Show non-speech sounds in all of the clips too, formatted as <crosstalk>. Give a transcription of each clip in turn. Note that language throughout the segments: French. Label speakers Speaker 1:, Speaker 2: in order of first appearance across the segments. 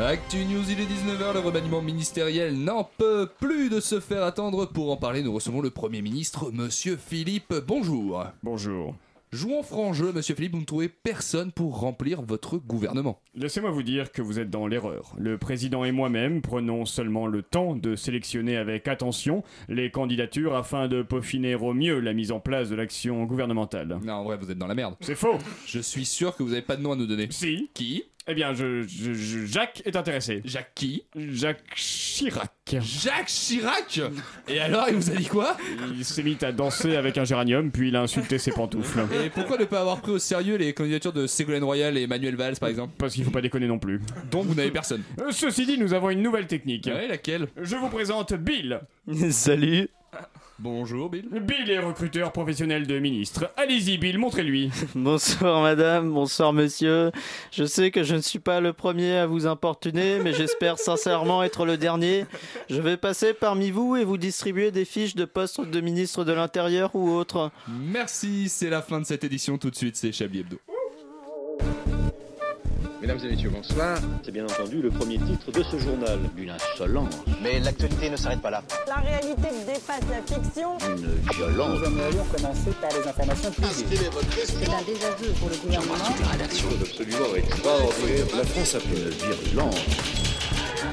Speaker 1: Actu News, il est 19h, le remaniement ministériel n'en peut plus de se faire attendre. Pour en parler, nous recevons le Premier ministre, Monsieur Philippe. Bonjour.
Speaker 2: Bonjour.
Speaker 1: Jouons franc jeu, Monsieur Philippe, vous ne trouvez personne pour remplir votre gouvernement.
Speaker 2: Laissez-moi vous dire que vous êtes dans l'erreur. Le président et moi-même prenons seulement le temps de sélectionner avec attention les candidatures afin de peaufiner au mieux la mise en place de l'action gouvernementale.
Speaker 1: Non, en vrai, vous êtes dans la merde.
Speaker 2: C'est faux
Speaker 1: Je suis sûr que vous n'avez pas de nom à nous donner.
Speaker 2: Si
Speaker 1: Qui
Speaker 2: Eh bien, je, je- je- Jacques est intéressé.
Speaker 1: Jacques qui
Speaker 2: Jacques Chirac.
Speaker 1: Jacques Chirac Et alors, il vous a dit quoi
Speaker 2: Il s'est mis à danser avec un géranium, puis il a insulté
Speaker 1: <laughs>
Speaker 2: ses pantoufles.
Speaker 1: Et pourquoi ne pas avoir pris au sérieux les candidatures de Ségolène Royal et Emmanuel Valls, par exemple
Speaker 2: Parce qu'il faut pas déconner non plus.
Speaker 1: Donc vous n'avez personne.
Speaker 2: Euh, Ceci dit, nous avons une nouvelle technique.
Speaker 1: Ouais, laquelle
Speaker 2: Je vous présente Bill.
Speaker 3: Salut.
Speaker 1: Bonjour, Bill.
Speaker 2: Bill est recruteur professionnel de ministre. Allez-y, Bill, montrez-lui.
Speaker 3: <laughs> Bonsoir madame, bonsoir monsieur. Je sais que je ne suis pas le premier à vous importuner, mais j'espère sincèrement être le dernier. Je vais passer parmi vous et vous distribuer des fiches de poste de ministre de l'Intérieur ou autre.
Speaker 1: Merci, c'est la fin de cette édition. Tout de suite, c'est Chablis Hebdo.
Speaker 4: Mesdames et messieurs, bonsoir.
Speaker 5: C'est bien entendu le premier titre de ce journal. Une insolence,
Speaker 6: Mais l'actualité ne s'arrête pas là.
Speaker 7: La réalité dépasse la fiction.
Speaker 5: une violence.
Speaker 7: C'est un désaveu pour le gouvernement.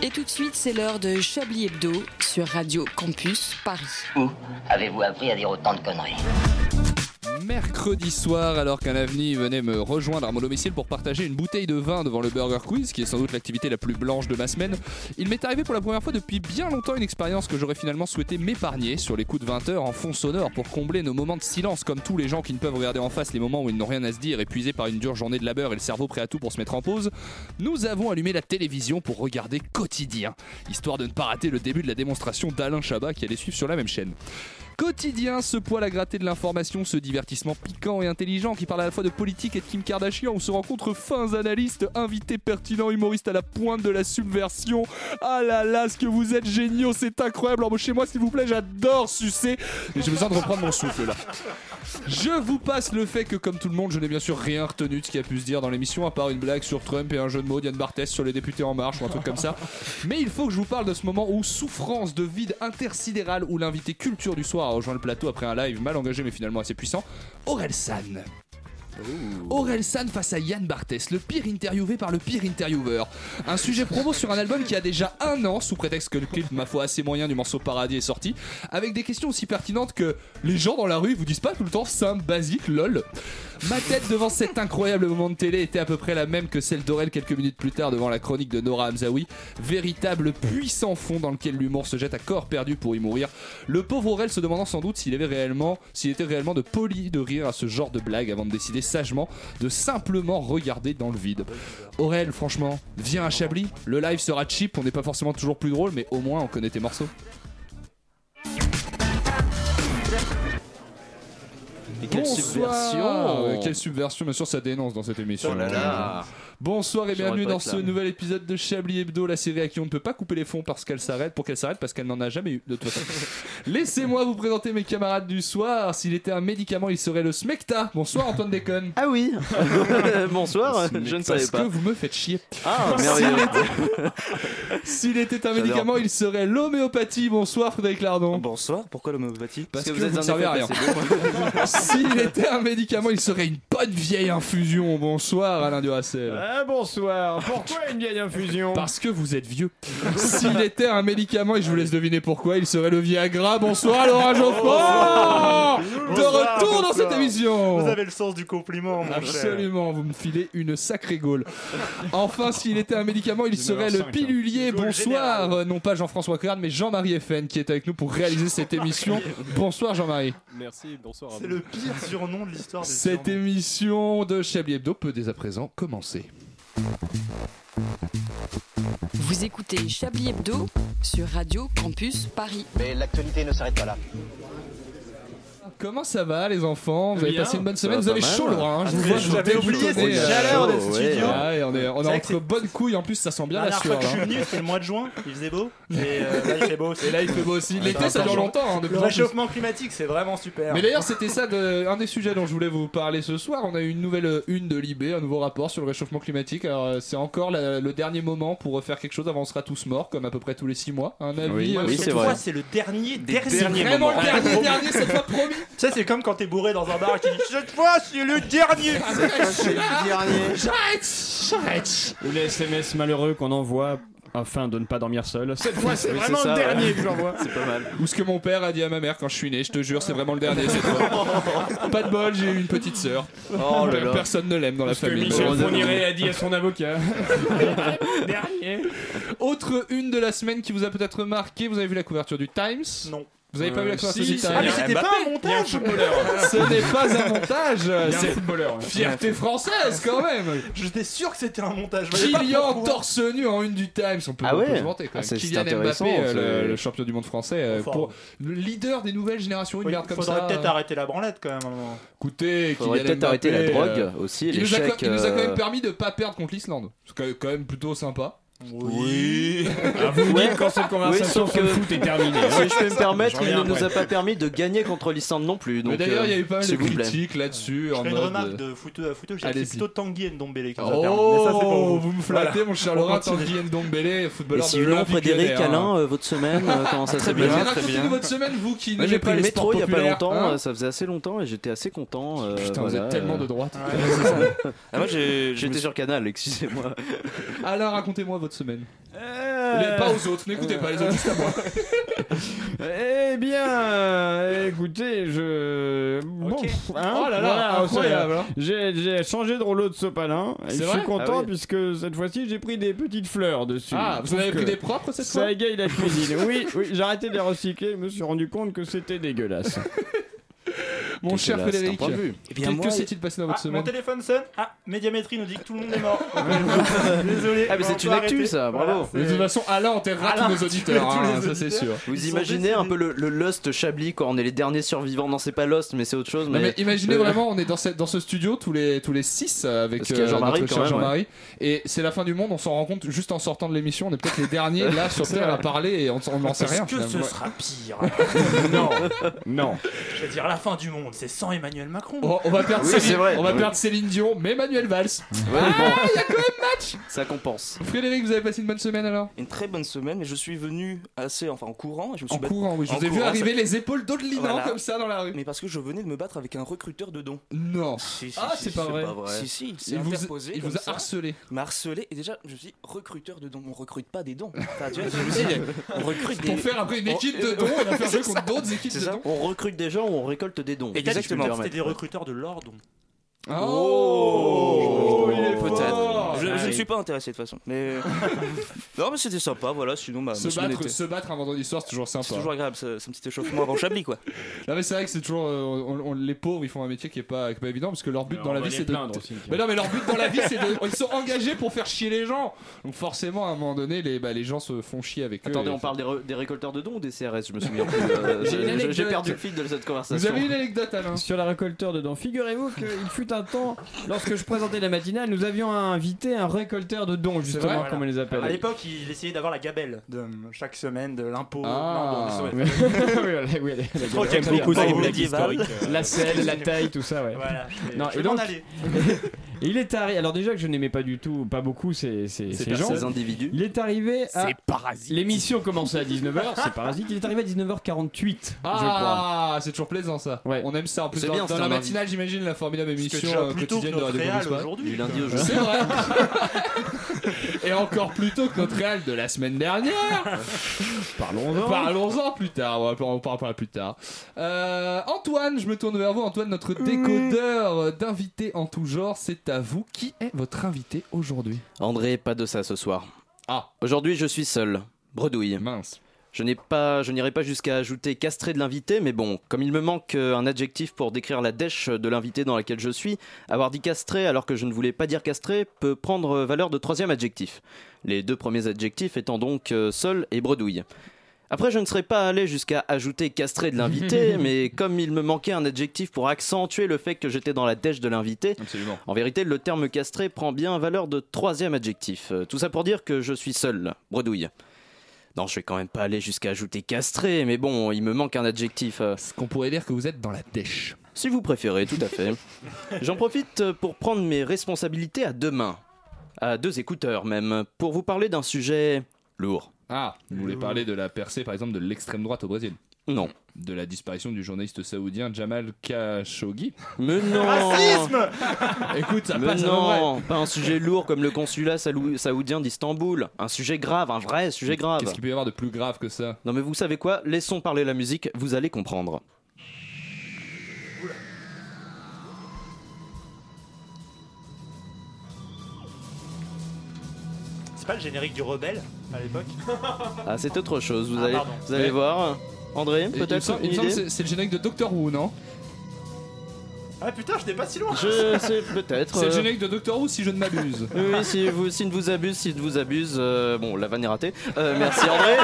Speaker 8: Et tout de suite, c'est l'heure de Chablis Hebdo sur Radio Campus Paris.
Speaker 6: Où avez-vous appris à dire autant de conneries
Speaker 1: Mercredi soir, alors qu'un aveni venait me rejoindre à mon domicile pour partager une bouteille de vin devant le Burger Quiz, qui est sans doute l'activité la plus blanche de ma semaine, il m'est arrivé pour la première fois depuis bien longtemps une expérience que j'aurais finalement souhaité m'épargner sur les coups de 20h en fond sonore pour combler nos moments de silence, comme tous les gens qui ne peuvent regarder en face les moments où ils n'ont rien à se dire, épuisés par une dure journée de labeur et le cerveau prêt à tout pour se mettre en pause. Nous avons allumé la télévision pour regarder quotidien, histoire de ne pas rater le début de la démonstration d'Alain Chabat qui allait suivre sur la même chaîne quotidien, ce poil à gratter de l'information, ce divertissement piquant et intelligent qui parle à la fois de politique et de Kim Kardashian, où se rencontrent fins analystes, invités pertinents, humoristes à la pointe de la subversion. Ah là là, ce que vous êtes géniaux, c'est incroyable. Embauchez-moi s'il vous plaît, j'adore sucer. Mais j'ai besoin de reprendre mon souffle là. Je vous passe le fait que, comme tout le monde, je n'ai bien sûr rien retenu de ce qui a pu se dire dans l'émission, à part une blague sur Trump et un jeu de mots d'Yann Barthès sur les députés En Marche ou un truc comme ça. Mais il faut que je vous parle de ce moment où souffrance de vide intersidéral où l'invité culture du soir a rejoint le plateau après un live mal engagé mais finalement assez puissant, Aurel San. Aurel San face à Yann Barthès, le pire interviewé par le pire intervieweur. Un sujet promo sur un album qui a déjà un an, sous prétexte que le clip, ma foi, assez moyen du morceau Paradis est sorti, avec des questions aussi pertinentes que les gens dans la rue vous disent pas tout le temps simple, basique, lol. Ma tête devant cet incroyable moment de télé était à peu près la même que celle d'Aurel quelques minutes plus tard devant la chronique de Nora Hamzaoui, véritable puissant fond dans lequel l'humour se jette à corps perdu pour y mourir. Le pauvre Aurel se demandant sans doute s'il avait réellement, s'il était réellement de poli de rire à ce genre de blague avant de décider sagement de simplement regarder dans le vide. Aurel, franchement, viens à Chablis, le live sera cheap, on n'est pas forcément toujours plus drôle, mais au moins on connaît tes morceaux.
Speaker 3: Et quelle
Speaker 1: Bonsoir.
Speaker 3: subversion
Speaker 1: Euh, Quelle subversion, bien sûr, ça dénonce dans cette émission.
Speaker 3: Oh là là.
Speaker 1: Bonsoir et
Speaker 3: J'aurais
Speaker 1: bienvenue
Speaker 3: pas
Speaker 1: dans
Speaker 3: été
Speaker 1: ce
Speaker 3: là.
Speaker 1: nouvel épisode de Chablis Hebdo, la série à qui on ne peut pas couper les fonds parce qu'elle s'arrête, pour qu'elle s'arrête parce qu'elle n'en a jamais eu de toute façon.
Speaker 3: <laughs>
Speaker 1: Laissez-moi vous présenter mes camarades du soir. S'il était un médicament, il serait le Smecta. Bonsoir Antoine Déconne.
Speaker 3: Ah
Speaker 1: <laughs>
Speaker 3: oui <laughs> Bonsoir, je ne savais
Speaker 1: Parce que
Speaker 3: pas.
Speaker 1: vous me faites chier. <laughs>
Speaker 3: Ah, merveilleux.
Speaker 1: S'il était un
Speaker 3: J'adore.
Speaker 1: médicament, il serait l'homéopathie. Bonsoir Frédéric Lardon.
Speaker 9: Bonsoir, pourquoi l'homéopathie
Speaker 1: Parce que
Speaker 3: Est-ce
Speaker 1: vous ne servez à rien. <laughs> S'il était un médicament, il serait une bonne vieille infusion. Bonsoir Alain Duracel.
Speaker 2: Ah, bonsoir. Pourquoi une vieille infusion
Speaker 1: Parce que vous êtes vieux. S'il était un médicament, et je vous laisse deviner pourquoi, il serait le Viagra. Bonsoir Laurent Geoffroy De
Speaker 9: Bonsoir,
Speaker 1: retour dans
Speaker 9: bonsoir.
Speaker 1: cette émission
Speaker 9: Vous avez le sens du compliment, Oh, mon cher.
Speaker 1: Absolument, vous me filez une sacrée gaule. Enfin, s'il était un médicament, il
Speaker 2: 19h05,
Speaker 1: serait le
Speaker 2: hein.
Speaker 1: pilulier.
Speaker 9: Gaule
Speaker 1: Bonsoir,
Speaker 9: générale.
Speaker 1: euh, non pas Jean-François Coyard, mais Jean-Marie FN qui est avec nous pour réaliser cette émission. Bonsoir Jean-Marie.
Speaker 10: Merci, bonsoir.
Speaker 9: C'est le pire surnom de l'histoire des
Speaker 1: Cette
Speaker 9: surnoms.
Speaker 1: émission de Chablis Hebdo peut dès à présent commencer.
Speaker 8: Vous écoutez Chablis Hebdo sur Radio Campus Paris.
Speaker 6: Mais l'actualité ne s'arrête pas là.
Speaker 1: Comment ça va les enfants Vous avez
Speaker 8: Bien.
Speaker 1: passé une bonne
Speaker 3: Ça
Speaker 1: semaine
Speaker 3: va
Speaker 1: Vous
Speaker 3: pas
Speaker 1: avez
Speaker 3: mal.
Speaker 1: chaud Laura hein, je
Speaker 11: Ah,
Speaker 1: vous
Speaker 11: très
Speaker 1: vois,
Speaker 11: chaud.
Speaker 1: je vous
Speaker 11: J'avais
Speaker 1: vois
Speaker 11: oublié
Speaker 1: vous tenez,
Speaker 11: cette
Speaker 1: euh,
Speaker 11: chaleur
Speaker 3: de
Speaker 1: chaud,
Speaker 3: ce
Speaker 1: ouais.
Speaker 3: studio.
Speaker 1: Ouais, on est, on est
Speaker 11: C'est vrai que
Speaker 1: entre bonnes couilles en plus, ça sent bien
Speaker 11: La
Speaker 1: la
Speaker 11: dernière
Speaker 1: sueur. hein.
Speaker 11: fois que je suis
Speaker 1: là.
Speaker 11: venu, c'était le mois de juin, il
Speaker 1: <laughs>
Speaker 11: faisait beau. Et euh, là, il fait beau aussi.
Speaker 1: Et là il fait beau aussi. L'été ça dure longtemps. hein, de
Speaker 11: Le
Speaker 1: plus en plus.
Speaker 11: réchauffement climatique, c'est vraiment super.
Speaker 1: Mais d'ailleurs, c'était ça de- un des sujets dont je voulais vous parler ce soir. On a eu une nouvelle euh, une de l'IB, un nouveau rapport sur le réchauffement climatique. Alors, euh, c'est encore la- le dernier moment pour faire quelque chose avant on sera tous morts, comme à peu près tous les six mois. Un avis.
Speaker 4: Oui.
Speaker 1: euh,
Speaker 11: Ouais, mais
Speaker 3: Oui,
Speaker 11: cette
Speaker 3: c'est
Speaker 11: fois,
Speaker 3: vrai.
Speaker 11: c'est le dernier,
Speaker 1: c'est
Speaker 11: dernier
Speaker 1: vraiment
Speaker 11: moment.
Speaker 1: le dernier, dernier, cette fois promis.
Speaker 11: <laughs> Ça, c'est comme quand t'es bourré dans un bar et tu dis Cette fois, c'est le dernier
Speaker 3: C'est le dernier.
Speaker 1: Ah, J'arrête, j'arrête.
Speaker 4: Ou les SMS malheureux qu'on envoie afin de ne pas dormir seul. Cette fois, c'est
Speaker 3: Oui, c'est
Speaker 4: vraiment
Speaker 3: ça,
Speaker 4: le
Speaker 3: ouais.
Speaker 4: dernier que j'envoie.
Speaker 3: C'est pas mal.
Speaker 1: Ou ce que mon père a dit à ma mère quand je suis né, je te jure, c'est vraiment le dernier cette fois. Pas de bol, j'ai eu une petite sœur.
Speaker 3: Oh là là.
Speaker 1: Personne ne l'aime dans la
Speaker 4: Ce que
Speaker 1: famille.
Speaker 4: Michel
Speaker 1: Heureusement.
Speaker 4: Fourniret a dit
Speaker 1: <laughs>
Speaker 4: à son avocat. dernier.
Speaker 1: Autre une de la semaine qui vous a peut-être marqué, vous avez vu la couverture du Times
Speaker 11: Non.
Speaker 1: Vous avez pas
Speaker 4: Euh,
Speaker 1: vu la couverture
Speaker 4: si,
Speaker 1: du
Speaker 4: c'est
Speaker 1: Times
Speaker 11: Ah, mais
Speaker 4: Mbappé,
Speaker 11: c'était pas un
Speaker 4: Il y a un
Speaker 11: montage
Speaker 4: footballeur.
Speaker 1: Ce n'est pas un montage,
Speaker 4: Il y a un
Speaker 1: c'est
Speaker 4: footballeur.
Speaker 1: fierté française quand même.
Speaker 11: J'étais sûr que c'était un montage. je voyais pas
Speaker 1: Kylian
Speaker 11: pourquoi.
Speaker 1: torse nu en une du Times, on peut
Speaker 3: Ah
Speaker 1: on peut
Speaker 3: ouais
Speaker 1: se vanter quand
Speaker 3: Ah,
Speaker 1: même.
Speaker 3: c'est- c'est
Speaker 1: Kylian
Speaker 3: intéressant,
Speaker 1: Mbappé, euh,
Speaker 3: c'est-
Speaker 1: le, le champion du monde français, euh,
Speaker 11: Enfin,
Speaker 1: pour le leader des nouvelles générations, il
Speaker 11: oui,
Speaker 1: garde comme ça.
Speaker 11: Faudrait peut-être arrêter la branlette quand même. à un moment.
Speaker 1: Écoutez,
Speaker 3: Faudrait
Speaker 1: Kylian
Speaker 3: peut-être
Speaker 1: Mbappé,
Speaker 3: arrêter la
Speaker 1: euh,
Speaker 3: drogue aussi,
Speaker 1: Il
Speaker 3: les
Speaker 1: nous, a,
Speaker 3: chèques.
Speaker 1: il nous a quand
Speaker 3: euh,
Speaker 1: même permis de pas perdre contre l'Islande. C'est quand- quand même plutôt sympa.
Speaker 11: Oui.
Speaker 4: <laughs> Ah, vous me
Speaker 3: Ouais.
Speaker 4: dites quand cette conversation
Speaker 3: sauf
Speaker 4: sur le
Speaker 3: que-
Speaker 4: foot est terminée. hein.
Speaker 3: Si je peux me permettre,
Speaker 4: J'en
Speaker 3: il
Speaker 4: reviens
Speaker 3: ne nous a
Speaker 4: après.
Speaker 3: pas permis de gagner contre l'Islande non plus.
Speaker 1: Mais
Speaker 3: donc,
Speaker 1: d'ailleurs, il y a eu pas
Speaker 3: euh,
Speaker 1: mal de
Speaker 3: s'il vous plaît.
Speaker 1: critiques là-dessus.
Speaker 11: Je
Speaker 1: en
Speaker 11: fais une
Speaker 1: mode- euh,
Speaker 11: remarque de footeux à footeux. J'ai dit
Speaker 1: Allez-y.
Speaker 11: c'est plutôt Tanguy et Ndombele qui nous a permis. Mais ça, c'est pour
Speaker 1: Oh,
Speaker 11: vous.
Speaker 1: vous me flattez,
Speaker 11: Voilà.
Speaker 1: mon cher Laurent,
Speaker 11: On continue.
Speaker 1: Tanguy Ndombele,
Speaker 3: Et
Speaker 1: footballeur de
Speaker 3: sinon,
Speaker 1: l'Olympique
Speaker 3: Frédéric,
Speaker 1: Lyonnais, hein.
Speaker 3: Alain, euh, votre semaine, euh, comment ça s'est
Speaker 1: Très bien,
Speaker 3: passé
Speaker 1: racontez-nous votre semaine, vous qui
Speaker 3: Moi,
Speaker 1: n'avez
Speaker 3: j'ai pris
Speaker 1: pas
Speaker 3: le
Speaker 1: les
Speaker 3: métro
Speaker 1: sports
Speaker 3: il y a pas
Speaker 1: populaires,
Speaker 3: longtemps,
Speaker 1: hein.
Speaker 3: euh, ça faisait assez longtemps et j'étais assez content. euh,
Speaker 1: Putain, vous
Speaker 3: voilà,
Speaker 1: êtes tellement
Speaker 3: euh.
Speaker 1: de
Speaker 3: <laughs>
Speaker 1: droite.
Speaker 3: Ah, moi j'ai- j'étais sur Canal, excusez-moi.
Speaker 1: Alain, racontez-moi votre semaine.
Speaker 4: Euh,
Speaker 1: Les- Pas aux autres, n'écoutez pas les autres, juste à moi.
Speaker 4: Eh bien, euh, écoutez, je. Bon, pff, hein,
Speaker 1: Oh là
Speaker 4: voilà,
Speaker 1: là, incroyable. hein.
Speaker 4: c'est- J'ai j'ai changé de rouleau de sopalin. et
Speaker 1: C'est
Speaker 4: Je
Speaker 1: vrai
Speaker 4: suis content
Speaker 3: Ah oui.
Speaker 4: puisque cette fois-ci j'ai pris des petites fleurs dessus.
Speaker 1: Ah, vous en avez
Speaker 4: Sauf
Speaker 1: pris
Speaker 4: que
Speaker 1: des propres cette
Speaker 4: Ça
Speaker 1: fois
Speaker 4: égaye la cuisine. Oui, oui, j'ai arrêté de les recycler. Je me suis rendu compte que c'était dégueulasse.
Speaker 1: Mon cher
Speaker 3: Dégueulasse, d'un
Speaker 1: Frédéric,
Speaker 3: point de vue.
Speaker 1: que que s'est-il passé dans
Speaker 11: Ah,
Speaker 1: votre
Speaker 11: mon
Speaker 1: semaine
Speaker 11: téléphone sonne. Ah, Médiamétrie nous dit que tout le monde est
Speaker 1: <laughs>
Speaker 11: mort. Désolé.
Speaker 3: Ah, mais c'est
Speaker 11: on peut
Speaker 3: une actu, <laughs>
Speaker 11: arrêter.
Speaker 3: ça, bravo.
Speaker 11: Voilà,
Speaker 1: De toute façon, Alain enterrera <laughs>
Speaker 11: Alain,
Speaker 1: tous nos auditeurs,
Speaker 3: <laughs>
Speaker 11: tous les
Speaker 1: hein, ça c'est
Speaker 11: auditeurs.
Speaker 1: sûr.
Speaker 3: Vous
Speaker 11: sont
Speaker 3: imaginez un
Speaker 11: décédés.
Speaker 3: peu le, le Lost Chablis quand on est les derniers survivants Non, c'est pas Lost, mais c'est autre chose.
Speaker 1: Non, mais
Speaker 3: Mais,
Speaker 1: imaginez
Speaker 3: Euh, <laughs>
Speaker 1: vraiment, on est dans, cette- dans ce studio tous les, tous les six euh, avec
Speaker 3: Parce qu'il y a
Speaker 1: euh,
Speaker 3: Jean-Marie,
Speaker 1: notre
Speaker 3: quand
Speaker 1: cher
Speaker 3: même,
Speaker 1: Jean-Marie. Et c'est la fin du monde, on s'en rend compte juste en sortant de l'émission. On est peut-être les
Speaker 3: <laughs>
Speaker 1: derniers là sur Terre à parler et on on n'en sait
Speaker 11: Est-ce
Speaker 1: rien.
Speaker 11: que ce
Speaker 1: finalement.
Speaker 11: sera
Speaker 1: <laughs>
Speaker 11: pire
Speaker 4: Non, non.
Speaker 11: Je veux dire, la fin du monde, c'est sans Emmanuel Macron.
Speaker 1: On, on va perdre,
Speaker 3: Oui,
Speaker 1: Céline,
Speaker 3: c'est vrai.
Speaker 1: on va
Speaker 3: Oui.
Speaker 1: perdre Céline Dion, mais Manuel Valls.
Speaker 3: Ouais, bon. ça compense.
Speaker 1: Frédéric, vous avez passé une bonne semaine alors
Speaker 10: une très bonne semaine et je suis venu assez, enfin en courant, et je me suis
Speaker 1: En
Speaker 10: battu-
Speaker 1: courant, oui. Je
Speaker 10: en
Speaker 1: vous ai vu
Speaker 10: courant,
Speaker 1: arriver les épaules d'Audelinant
Speaker 10: Voilà.
Speaker 1: comme ça dans la rue.
Speaker 10: mais parce que je venais de me battre avec un recruteur de dons.
Speaker 1: Non.
Speaker 10: Si, si,
Speaker 1: Ah,
Speaker 10: si,
Speaker 1: c'est
Speaker 10: si,
Speaker 1: pas vrai.
Speaker 10: Si, si, il s'est
Speaker 1: Il vous,
Speaker 10: interposé
Speaker 1: il
Speaker 10: comme
Speaker 1: vous a
Speaker 10: ça,
Speaker 1: harcelé.
Speaker 10: il m'a harcelé et déjà je me suis dit, recruteur de dons, on recrute pas des dons. Enfin, tu vois, je me suis dit, on recrute des
Speaker 1: Pour faire après une équipe de dons, on va faire jouer contre d'autres équipes de
Speaker 10: ça.
Speaker 1: dons.
Speaker 3: On recrute des gens, on récolte des dons.
Speaker 10: Exactement.
Speaker 11: Peut-être que C'était
Speaker 3: Permettre.
Speaker 11: des recruteurs de l'or, donc.
Speaker 1: Ah, Oh, il est
Speaker 10: Peut-être.
Speaker 1: fort.
Speaker 10: Je, je ne
Speaker 3: ouais.
Speaker 10: suis pas intéressé de toute façon. Mais euh, <laughs> non, mais c'était sympa. Voilà, sinon bah, ma
Speaker 1: Se
Speaker 10: semaine
Speaker 1: battre,
Speaker 10: était-
Speaker 1: se battre un vendredi soir, c'est toujours sympa.
Speaker 10: c'est toujours agréable. C'est c'est un petit échauffement avant Chablis quoi.
Speaker 1: Non, mais c'est vrai que c'est toujours. euh, on- on- les pauvres, ils font un métier qui est pas, qui est pas évident parce que leur but
Speaker 4: Alors,
Speaker 1: dans
Speaker 4: on
Speaker 1: la
Speaker 4: va
Speaker 1: vie,
Speaker 4: les
Speaker 1: c'est de.
Speaker 4: plaindre au cimetière.
Speaker 1: Mais non, mais leur but dans la vie, c'est de. Ils sont engagés pour faire chier les gens. Donc forcément, à un moment donné, les, bah, les gens se font chier avec eux.
Speaker 3: Attendez,
Speaker 1: Et-
Speaker 3: on parle des, re- des récolteurs de dons ou des CRS Je me souviens plus. euh,
Speaker 1: <laughs> J'ai une
Speaker 3: je-
Speaker 1: anecdote.
Speaker 3: J'ai perdu le fil de cette
Speaker 1: Vous
Speaker 3: conversation.
Speaker 1: avez une anecdote, Alain
Speaker 8: Sur la récolteur de dents. Figurez-vous qu'il fut un temps, lorsque je présentais la matinale, nous avions invité un récolteur de dons,
Speaker 1: vrai,
Speaker 8: justement,
Speaker 11: voilà.
Speaker 8: comme on les
Speaker 4: Ah,
Speaker 8: appelle.
Speaker 11: À l'époque, il essayait d'avoir la gabelle de
Speaker 9: euh,
Speaker 11: chaque semaine de l'impôt.
Speaker 1: Ah.
Speaker 11: Oh, Non,
Speaker 4: <laughs>
Speaker 11: bon,
Speaker 4: oui, voilà, oui, allez, allez,
Speaker 11: Trop
Speaker 4: allez,
Speaker 11: j'aime
Speaker 4: allez,
Speaker 11: beaucoup
Speaker 4: allez,
Speaker 11: ça, les
Speaker 4: allez,
Speaker 11: blagues
Speaker 4: allez,
Speaker 10: historiques.
Speaker 4: historiques. La selle, la taille, tout ça, ouais.
Speaker 11: Voilà, je vais-
Speaker 4: Non,
Speaker 11: je
Speaker 4: et
Speaker 11: vais m'en
Speaker 4: donc- Et
Speaker 11: aller.
Speaker 4: <laughs> il est arrivé. Alors déjà que je n'aimais pas du tout, pas beaucoup ces, ces, ces gens.
Speaker 3: Ces individus.
Speaker 8: Il est arrivé à. L'émission commençait à 19h, c'est parasite. Il est arrivé à 19h48, je crois.
Speaker 1: Ah, c'est toujours plaisant ça.
Speaker 8: Ouais.
Speaker 1: On aime ça. En plus,
Speaker 3: C'est
Speaker 1: Ah, dans,
Speaker 3: bien,
Speaker 1: dans
Speaker 3: c'est
Speaker 1: la
Speaker 3: un
Speaker 1: matinale, j'imagine la formidable
Speaker 11: Parce que
Speaker 1: émission
Speaker 11: déjà,
Speaker 1: euh,
Speaker 11: plus tôt que
Speaker 1: quotidienne de
Speaker 11: notre
Speaker 1: Radio
Speaker 11: réal
Speaker 1: Campus Paris.
Speaker 11: aujourd'hui.
Speaker 3: Du
Speaker 1: <laughs>
Speaker 3: lundi au jeudi.
Speaker 1: C'est vrai. Et encore plus tôt que notre réal de la semaine dernière.
Speaker 4: Parlons-en.
Speaker 1: Parlons-en plus tard. On en parlera plus tard. Euh, Antoine, je me tourne vers vous. Antoine, notre décodeur d'invités en tout genre, c'est à vous. Qui est votre invité aujourd'hui
Speaker 3: André, pas de ça ce soir.
Speaker 1: Ah.
Speaker 3: Aujourd'hui, je suis seul. Bredouille.
Speaker 1: Mince.
Speaker 3: Je n'ai pas, je n'irai pas jusqu'à ajouter castré de l'invité, mais bon, comme il me manque euh, un adjectif pour décrire la dèche de l'invité dans laquelle je suis, avoir dit castré alors que je ne voulais pas dire castré peut prendre euh, valeur de troisième adjectif. Les deux premiers adjectifs étant donc euh, seul et bredouille. Après, je ne serais pas allé jusqu'à ajouter castré de
Speaker 1: <laughs>
Speaker 3: l'invité, mais comme il me manquait un adjectif pour accentuer le fait que j'étais dans la dèche de l'invité,
Speaker 1: Absolument.
Speaker 3: en vérité, le terme castré prend bien valeur de troisième adjectif. Euh, Tout ça pour dire que je suis seul, bredouille. Non, je vais quand même pas aller jusqu'à ajouter castré, mais bon, il me manque un adjectif. euh,
Speaker 1: Ce qu'on pourrait dire que vous êtes dans la dèche.
Speaker 3: si vous préférez, tout
Speaker 1: <laughs>
Speaker 3: à fait. J'en profite euh, pour prendre mes responsabilités à deux mains, à deux écouteurs même, pour vous parler d'un sujet lourd.
Speaker 1: Ah, vous voulez parler de la percée par exemple de l'extrême droite au Brésil,
Speaker 3: Non.
Speaker 1: de la disparition du journaliste saoudien Jamal Khashoggi.
Speaker 3: Mais non
Speaker 9: Racisme
Speaker 1: Écoute, ça
Speaker 3: Mais
Speaker 1: passe à peu près.
Speaker 3: non, pas un sujet lourd comme le consulat salou- saoudien d'Istanbul. Un sujet grave, un vrai sujet grave.
Speaker 1: Qu'est-ce qu'il peut y avoir de plus grave que ça
Speaker 3: Non mais vous savez quoi Laissons parler la musique, vous allez comprendre.
Speaker 9: C'est pas le générique du Rebelle à l'époque
Speaker 3: Ah c'est autre chose, vous
Speaker 9: Ah,
Speaker 3: allez,
Speaker 9: pardon.
Speaker 3: vous allez
Speaker 1: Ouais.
Speaker 3: voir. André,
Speaker 1: Et il me
Speaker 3: peut-être
Speaker 1: semble-
Speaker 3: une
Speaker 1: il me semble que
Speaker 3: idée
Speaker 1: c'est- c'est le générique de Doctor Who, non
Speaker 9: Ah putain, <laughs> je n'ai pas si loin
Speaker 3: Je sais peut-être.
Speaker 1: C'est le
Speaker 3: euh,
Speaker 1: générique de Doctor Who si je ne m'abuse.
Speaker 3: <laughs> Oui, si vous, si ne vous abuse, si ne vous abuse, euh, bon, la vanne est ratée. Euh, merci
Speaker 9: <laughs>
Speaker 3: André.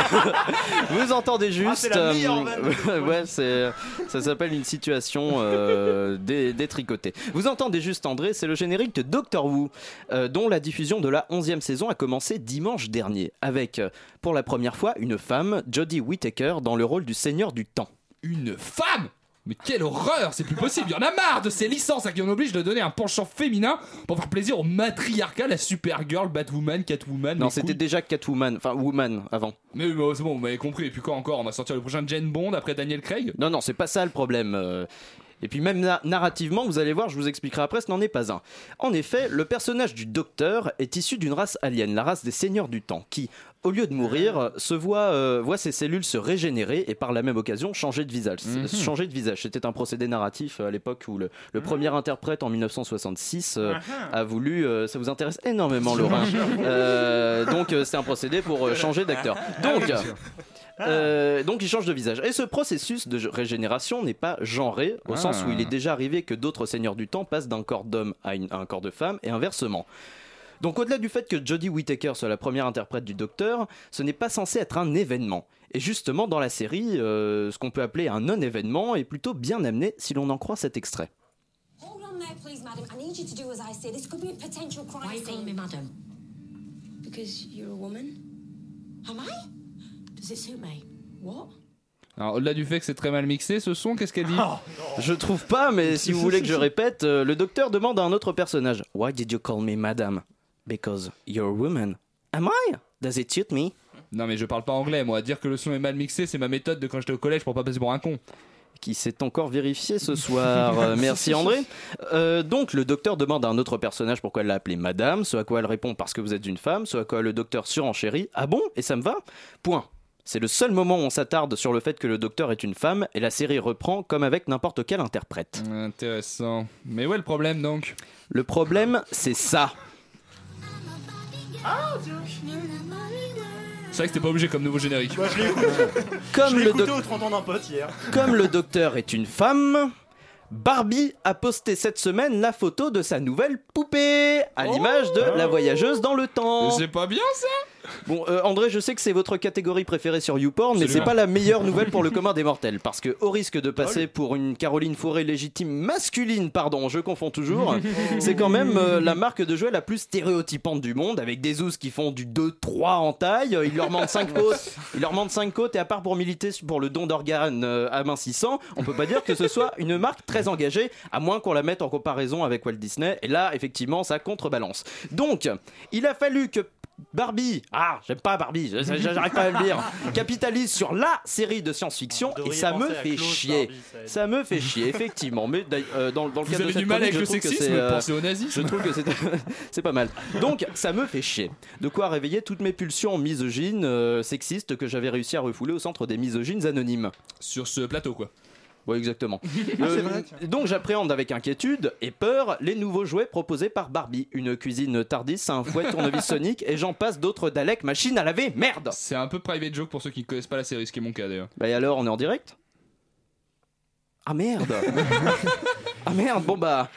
Speaker 3: vous entendez juste. euh,
Speaker 9: Ah, c'est la meilleure vanne.
Speaker 3: <laughs> ouais, c'est, ça s'appelle une situation euh, dé- détricotée. Vous entendez juste André, c'est le générique de Doctor Who, euh, dont la diffusion de la 11e saison a commencé dimanche dernier, avec euh, pour la première fois une femme, Jodie Whittaker, dans le rôle du Seigneur du Temps.
Speaker 1: Une femme mais quelle horreur, c'est plus possible. Il y en a marre de ces licences à qui on oblige de donner un penchant féminin pour faire plaisir au matriarcat, la Supergirl, Batwoman, Catwoman.
Speaker 3: Non,
Speaker 1: les
Speaker 3: c'était
Speaker 1: couilles.
Speaker 3: déjà Catwoman, enfin Woman avant.
Speaker 1: Mais, mais c'est bon, vous m'avez compris. Et puis quoi encore On va sortir le prochain Jane Bond après Daniel Craig
Speaker 3: Non, non, c'est pas ça le problème. euh. Et puis même na- narrativement, vous allez voir, je vous expliquerai après, ce n'en est pas un. En effet, le personnage du docteur est issu d'une race alien, la race des seigneurs du temps, qui, au lieu de mourir, euh, se voit, euh, voit ses cellules se régénérer et par la même occasion changer de visage. Euh,
Speaker 1: Mhm. Ah.
Speaker 3: Changer de visage, c'était un procédé narratif euh, à l'époque où le, le premier interprète en 1966 euh, a voulu... euh, ça vous intéresse énormément, Laurent. Euh, donc euh, c'est un procédé pour euh, changer d'acteur. Donc... Euh, donc il change de visage. Et ce processus de régénération n'est pas genré, au
Speaker 1: Ah.
Speaker 3: sens où il est déjà arrivé que d'autres seigneurs du temps passent d'un corps d'homme à, une- à un corps de femme, et inversement. Donc au-delà du fait que Jodie Whittaker soit la première interprète du Docteur, ce n'est pas censé être un événement. Et justement, dans la série, euh, ce qu'on peut appeler un non-événement est plutôt bien amené si l'on en croit cet extrait.
Speaker 7: Hold on there, please, madam. I need you to do as I say. This could be a potential crime
Speaker 8: Why you calling me madam? Because you're a woman?
Speaker 7: Am I?
Speaker 8: Does it suit me? What?
Speaker 1: Alors, au-delà du fait que c'est très mal mixé, ce son, qu'est-ce qu'elle dit
Speaker 3: Je trouve pas,
Speaker 1: <laughs>
Speaker 3: mais si vous voulez que je répète, euh, le docteur demande à un autre personnage Why did you call me madame Because you're a woman. Am I Does it suit me
Speaker 1: Non, mais je parle pas anglais, moi. Dire que le son est mal mixé, c'est ma méthode de quand j'étais au collège pour pas passer pour un con.
Speaker 3: qui s'est encore vérifié ce soir.
Speaker 1: <laughs>
Speaker 3: Euh, merci André. Euh, donc le docteur demande à un autre personnage pourquoi elle l'a appelée madame, ce à quoi elle répond parce que vous êtes une femme, ce à quoi le docteur surenchérit Ah bon Et ça me va Point. C'est le seul moment où on s'attarde sur le fait que le docteur est une femme et la série reprend comme avec n'importe quel interprète.
Speaker 1: Intéressant. Mais ouais, le problème donc
Speaker 3: Le problème, c'est ça.
Speaker 1: C'est vrai que t'es pas obligé comme nouveau générique.
Speaker 9: Bah, je l'ai écouté, je
Speaker 3: Comme
Speaker 9: l'ai
Speaker 3: le,
Speaker 9: écouté
Speaker 3: doc-
Speaker 9: aux 30 ans d'un pote hier.
Speaker 3: comme le docteur est une femme, Barbie a posté cette semaine la photo de sa nouvelle poupée à l'image de la voyageuse dans le temps.
Speaker 1: Oh. Mais C'est pas bien ça
Speaker 3: Bon, euh, André, je sais que c'est votre catégorie préférée sur YouPorn, mais c'est
Speaker 1: Absolument. Ah
Speaker 3: pas la meilleure nouvelle pour le commun des mortels, parce que au risque de passer pour une Caroline Fourré légitime masculine, pardon, je confonds toujours, c'est quand même euh, la marque de jouets la plus stéréotypante du monde, avec des zouzes qui font du 2-3 en taille, euh, il leur manque 5 côtes, il leur manque 5 côtes, et à part pour militer pour le don d'organes euh, amincissant, on peut pas dire que ce soit une marque très engagée, à moins qu'on la mette en comparaison avec Walt Disney, et là, effectivement, ça contrebalance. Donc, il a fallu que Barbie, ah, j'aime pas Barbie, je- je- j'arrive pas à le dire, capitalise sur la série de science-fiction
Speaker 9: Vous
Speaker 3: et
Speaker 9: devriez
Speaker 3: ça me
Speaker 9: penser à
Speaker 3: fait
Speaker 9: Klaus
Speaker 3: chier.
Speaker 9: Barbie, ça aide.
Speaker 3: Ça me fait chier, effectivement. Mais d'ailleurs, euh, dans, dans le
Speaker 1: Vous
Speaker 3: cadre de
Speaker 1: avez
Speaker 3: cette
Speaker 1: du mal avec
Speaker 3: chronique, je
Speaker 1: le
Speaker 3: trouve que
Speaker 1: sexisme,
Speaker 3: c'est, euh,
Speaker 1: pensez au nazisme.
Speaker 3: je trouve que c'est <laughs> c'est pas mal. Donc ça me fait chier. De quoi réveiller toutes mes pulsions misogynes, euh, sexistes que j'avais réussi à refouler au centre des misogynes anonymes.
Speaker 1: Sur ce plateau quoi.
Speaker 3: Oui, exactement. Euh, donc j'appréhende avec inquiétude et peur les nouveaux jouets proposés par Barbie. Une cuisine Tardis, un fouet tournevis Sonic et j'en passe d'autres Dalek machine à laver. Merde
Speaker 1: C'est un peu private joke pour ceux qui ne connaissent pas la série, ce qui est mon cas d'ailleurs.
Speaker 3: Bah et alors, on est
Speaker 1: <laughs>
Speaker 3: en direct Ah merde Ah merde, bon bah...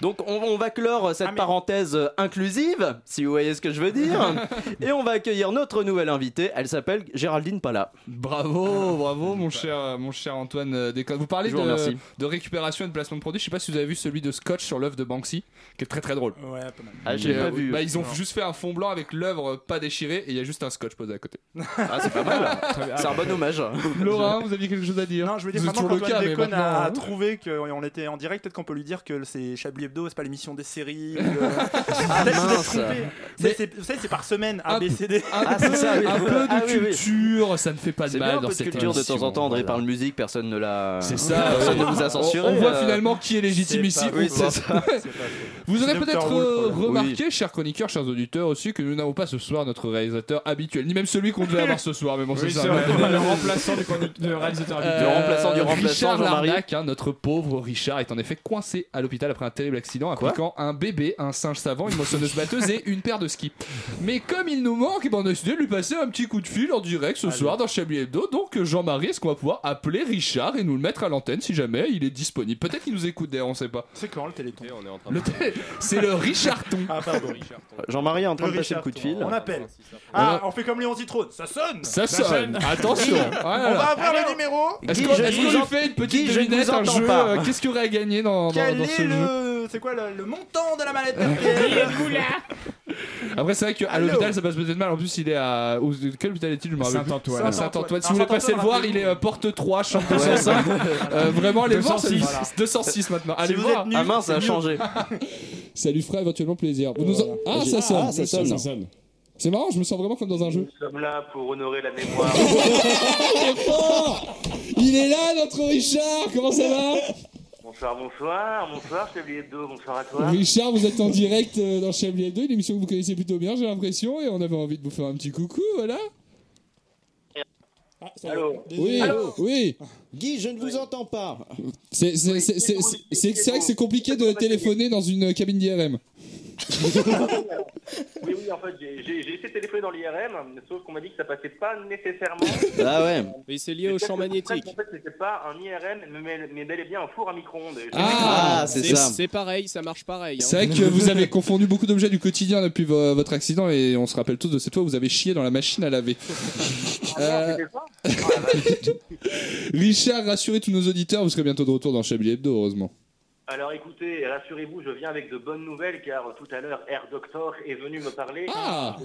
Speaker 3: Donc on, on va clore
Speaker 1: Ah,
Speaker 3: cette parenthèse euh, inclusive, si vous voyez ce que je
Speaker 1: <laughs>
Speaker 3: veux dire. et on va accueillir notre nouvelle invitée. Elle s'appelle Géraldine Pala.
Speaker 1: Bravo, bravo, mon cher, mon cher Antoine euh, Descotes. Vous parlez
Speaker 3: Ah, Je vous
Speaker 1: de,
Speaker 3: remercie.
Speaker 1: de récupération et de placement de produits. Je sais pas si vous avez vu celui de Scotch sur l'œuvre de Banksy, qui est très très drôle.
Speaker 9: Ouais, pas mal.
Speaker 3: Ah,
Speaker 1: Et,
Speaker 3: j'ai pas
Speaker 1: euh,
Speaker 3: vu.
Speaker 1: bah, ils ont juste fait un fond blanc avec l'œuvre pas déchirée et il y a juste un Scotch posé à côté.
Speaker 3: <laughs> Ah, c'est
Speaker 1: <laughs>
Speaker 3: pas mal. C'est un bon hommage. <laughs>
Speaker 1: Laura, vous aviez quelque chose à dire
Speaker 9: Non, je veux dire,
Speaker 1: Vous êtes
Speaker 9: maintenant
Speaker 1: toujours le cas,
Speaker 9: qu'Antoine
Speaker 1: mais
Speaker 9: Déconne a,
Speaker 1: maintenant,
Speaker 9: a
Speaker 1: hein.
Speaker 9: trouvé qu'on était en direct, peut-être qu'on peut lui dire que c'est Chablis Hebdo, c'est pas l'émission des séries. ou
Speaker 1: <laughs>
Speaker 9: de- Peut-être qu'il s'est
Speaker 3: mince.
Speaker 9: trompé.
Speaker 1: Mais-
Speaker 9: C'est- c'est- Vous savez, c'est par semaine,
Speaker 1: Ah,
Speaker 9: ABCD.
Speaker 1: Un,
Speaker 3: Ah, c'est ça, oui.
Speaker 1: un peu de
Speaker 3: Ah, oui, oui.
Speaker 1: culture, ça ne fait pas de
Speaker 3: C'est
Speaker 1: mal
Speaker 3: bien un
Speaker 1: dans
Speaker 3: peu de
Speaker 1: cette
Speaker 3: culture de temps
Speaker 1: émission,
Speaker 3: en temps. André
Speaker 1: voilà.
Speaker 3: parle musique, personne ne l'a.
Speaker 1: C'est ça,
Speaker 3: <laughs> personne
Speaker 1: oui.
Speaker 3: ne vous a censuré.
Speaker 1: On, on voit
Speaker 3: euh,
Speaker 1: finalement qui est légitime
Speaker 9: c'est
Speaker 1: ici.
Speaker 9: pas
Speaker 1: ou
Speaker 3: Oui,
Speaker 1: pas. <laughs>
Speaker 3: c'est ça.
Speaker 1: Vous aurez
Speaker 9: C'est Dr.
Speaker 1: peut-être
Speaker 9: Who, le
Speaker 1: euh,
Speaker 9: problème.
Speaker 1: remarqué, chers chroniqueurs, chers auditeurs aussi, que nous n'avons pas ce soir notre réalisateur habituel, ni même celui qu'on devait avoir ce soir, mais bon, c'est
Speaker 2: Oui,
Speaker 1: ça. <laughs>
Speaker 2: c'est vrai, le remplaçant du conducteur- du réalisateur
Speaker 1: Euh,
Speaker 2: habituel.
Speaker 3: remplaçant du remplaçant,
Speaker 1: Richard
Speaker 3: Jean-Marie.
Speaker 1: Larnac, hein, notre pauvre Richard, est en effet coincé à l'hôpital après un terrible accident impliquant un bébé, un singe savant, une moissonneuse batteuse et une paire de skis. Mais comme il nous manque, eh ben, on a décidé de lui passer un petit coup de fil en direct ce soir dans Chablis Hebdo. Donc, euh, Jean-Marie, est-ce qu'on va pouvoir appeler Richard et nous le mettre à l'antenne si jamais il est disponible Peut-être qu'il nous écoute d'ailleurs, on sait pas.
Speaker 9: C'est quand le téléthon
Speaker 1: Le <laughs> tel- C'est le Richardton.
Speaker 9: Ah, pardon.
Speaker 3: Jean-Marie est en train
Speaker 9: Le
Speaker 3: de passer le
Speaker 9: Richard,
Speaker 3: coup de fil.
Speaker 9: On appelle. Ah, on fait comme Léon Zitrone. Ça sonne
Speaker 1: Euh, Ça sonne, attention. Voilà.
Speaker 9: <laughs> On va avoir le numéro.
Speaker 1: Est-ce
Speaker 3: Guy,
Speaker 1: qu'on
Speaker 3: je
Speaker 1: est-ce qu'on
Speaker 3: vous
Speaker 1: lui
Speaker 3: en-
Speaker 1: fait une petite
Speaker 3: Guy, je ne
Speaker 1: devinette,
Speaker 3: vous
Speaker 1: un
Speaker 3: entends
Speaker 1: jeu
Speaker 3: pas.
Speaker 1: euh, Qu'est-ce qu'il y aurait à gagner dans, dans,
Speaker 9: Quel
Speaker 1: dans
Speaker 9: est
Speaker 1: ce jeu
Speaker 9: le. C'est quoi le, le montant de la mallette
Speaker 1: <laughs>
Speaker 9: papier
Speaker 1: Après, c'est vrai qu'à
Speaker 9: Allô
Speaker 1: l'hôpital, ça passe peut-être mal. En plus, il est à. où- Quel hôpital est-il Je me rappelle. plus.
Speaker 2: Saint-Antoine.
Speaker 1: Saint-Antoine. Si
Speaker 9: Ah,
Speaker 1: vous
Speaker 9: Saint-Antoine,
Speaker 1: voulez passer le voir, il est euh, porte 3, chambre 205. Euh, vraiment, allez voir. ça-
Speaker 2: 206.
Speaker 1: voilà. <laughs> 206 maintenant. Allez
Speaker 9: vous
Speaker 1: voir.
Speaker 9: êtes nus,
Speaker 3: Ah mince, ça a
Speaker 9: c'est
Speaker 3: changé.
Speaker 5: Euh,
Speaker 1: Ça lui fera éventuellement plaisir. Vous nous en- Ah, ça sonne. ça sonne. C'est marrant, je me sens vraiment comme dans un jeu.
Speaker 5: Nous sommes là pour honorer la mémoire.
Speaker 1: Il est là, notre Richard. <laughs> Comment ça va
Speaker 5: bonsoir, bonsoir, bonsoir, Chablis Hebdo, bonsoir à toi.
Speaker 1: Richard, vous êtes en direct euh, dans Chablis 2, une émission que vous connaissez plutôt bien, j'ai l'impression. Et on avait envie de vous faire un petit coucou, voilà.
Speaker 5: Allô
Speaker 1: Oui, oui.
Speaker 3: Guy, je ne vous entends pas.
Speaker 1: C'est c'est- c'est- c'est- c'est- c'est- c'est vrai que c'est compliqué de téléphoner dans une cabine d'IRM.
Speaker 5: Oui, oui, en fait, j'ai- j'ai j'ai essayé de téléphoner dans l'IRM, sauf qu'on m'a dit que ça passait pas nécessairement.
Speaker 3: Ah ouais.
Speaker 12: Mais c'est lié au champ
Speaker 5: <laughs>
Speaker 12: magnétique.
Speaker 5: En fait, c'était pas un IRM, mais, mais bel et bien un four à micro-ondes.
Speaker 1: Ah,
Speaker 3: Ah, c'est
Speaker 12: C'est-
Speaker 3: ça.
Speaker 12: C'est pareil, ça marche pareil. hein.
Speaker 1: C'est vrai que vous avez confondu beaucoup d'objets du quotidien depuis vo- votre accident et on se rappelle tous de cette fois où vous avez chié dans la machine à laver. Euh,
Speaker 5: C'était ça
Speaker 3: <laughs>
Speaker 1: Richard, rassurez tous nos auditeurs, vous serez bientôt de retour dans Chablis Hebdo, heureusement.
Speaker 5: Alors écoutez, rassurez-vous, je viens avec de bonnes nouvelles car tout à l'heure, Air Doctor est venu me parler.
Speaker 1: Ah